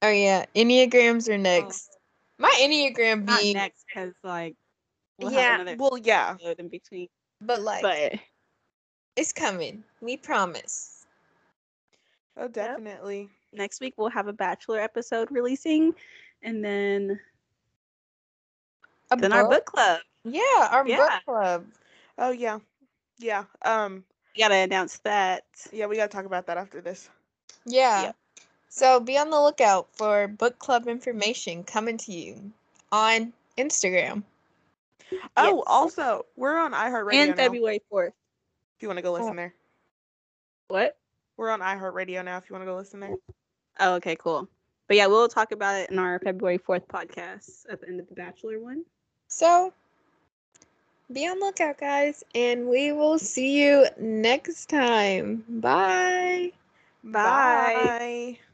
[SPEAKER 3] Oh yeah, enneagrams are next. Oh. My enneagram
[SPEAKER 1] Not
[SPEAKER 3] being,
[SPEAKER 1] next, because like we'll
[SPEAKER 3] Yeah,
[SPEAKER 1] have another
[SPEAKER 2] Well, yeah.
[SPEAKER 1] episode in between.
[SPEAKER 3] but like
[SPEAKER 1] But
[SPEAKER 3] it's coming. We promise.
[SPEAKER 2] Oh, definitely.
[SPEAKER 1] next week we'll have a bachelor episode releasing, and then
[SPEAKER 3] A
[SPEAKER 1] then our book club.
[SPEAKER 3] Yeah, our
[SPEAKER 1] Yeah.
[SPEAKER 3] book club.
[SPEAKER 2] Oh, yeah. Yeah. Um.
[SPEAKER 1] We gotta announce that.
[SPEAKER 2] Yeah, we gotta talk about that after this.
[SPEAKER 3] Yeah.
[SPEAKER 1] Yeah.
[SPEAKER 3] So be on the lookout for book club information coming to you on Instagram.
[SPEAKER 2] Oh,
[SPEAKER 1] Yes.
[SPEAKER 2] also, we're on iHeartRadio
[SPEAKER 1] and Oh.
[SPEAKER 2] now.
[SPEAKER 1] February fourth.
[SPEAKER 2] If you want to go listen there,
[SPEAKER 1] What?
[SPEAKER 2] we're on iHeartRadio now. If you want to go listen there.
[SPEAKER 1] Oh, okay, cool. But yeah, we'll talk about it in our February fourth podcast at the end of the Bachelor one.
[SPEAKER 3] So be on lookout, guys, and we will see you next time. Bye.
[SPEAKER 1] Bye.
[SPEAKER 2] Bye.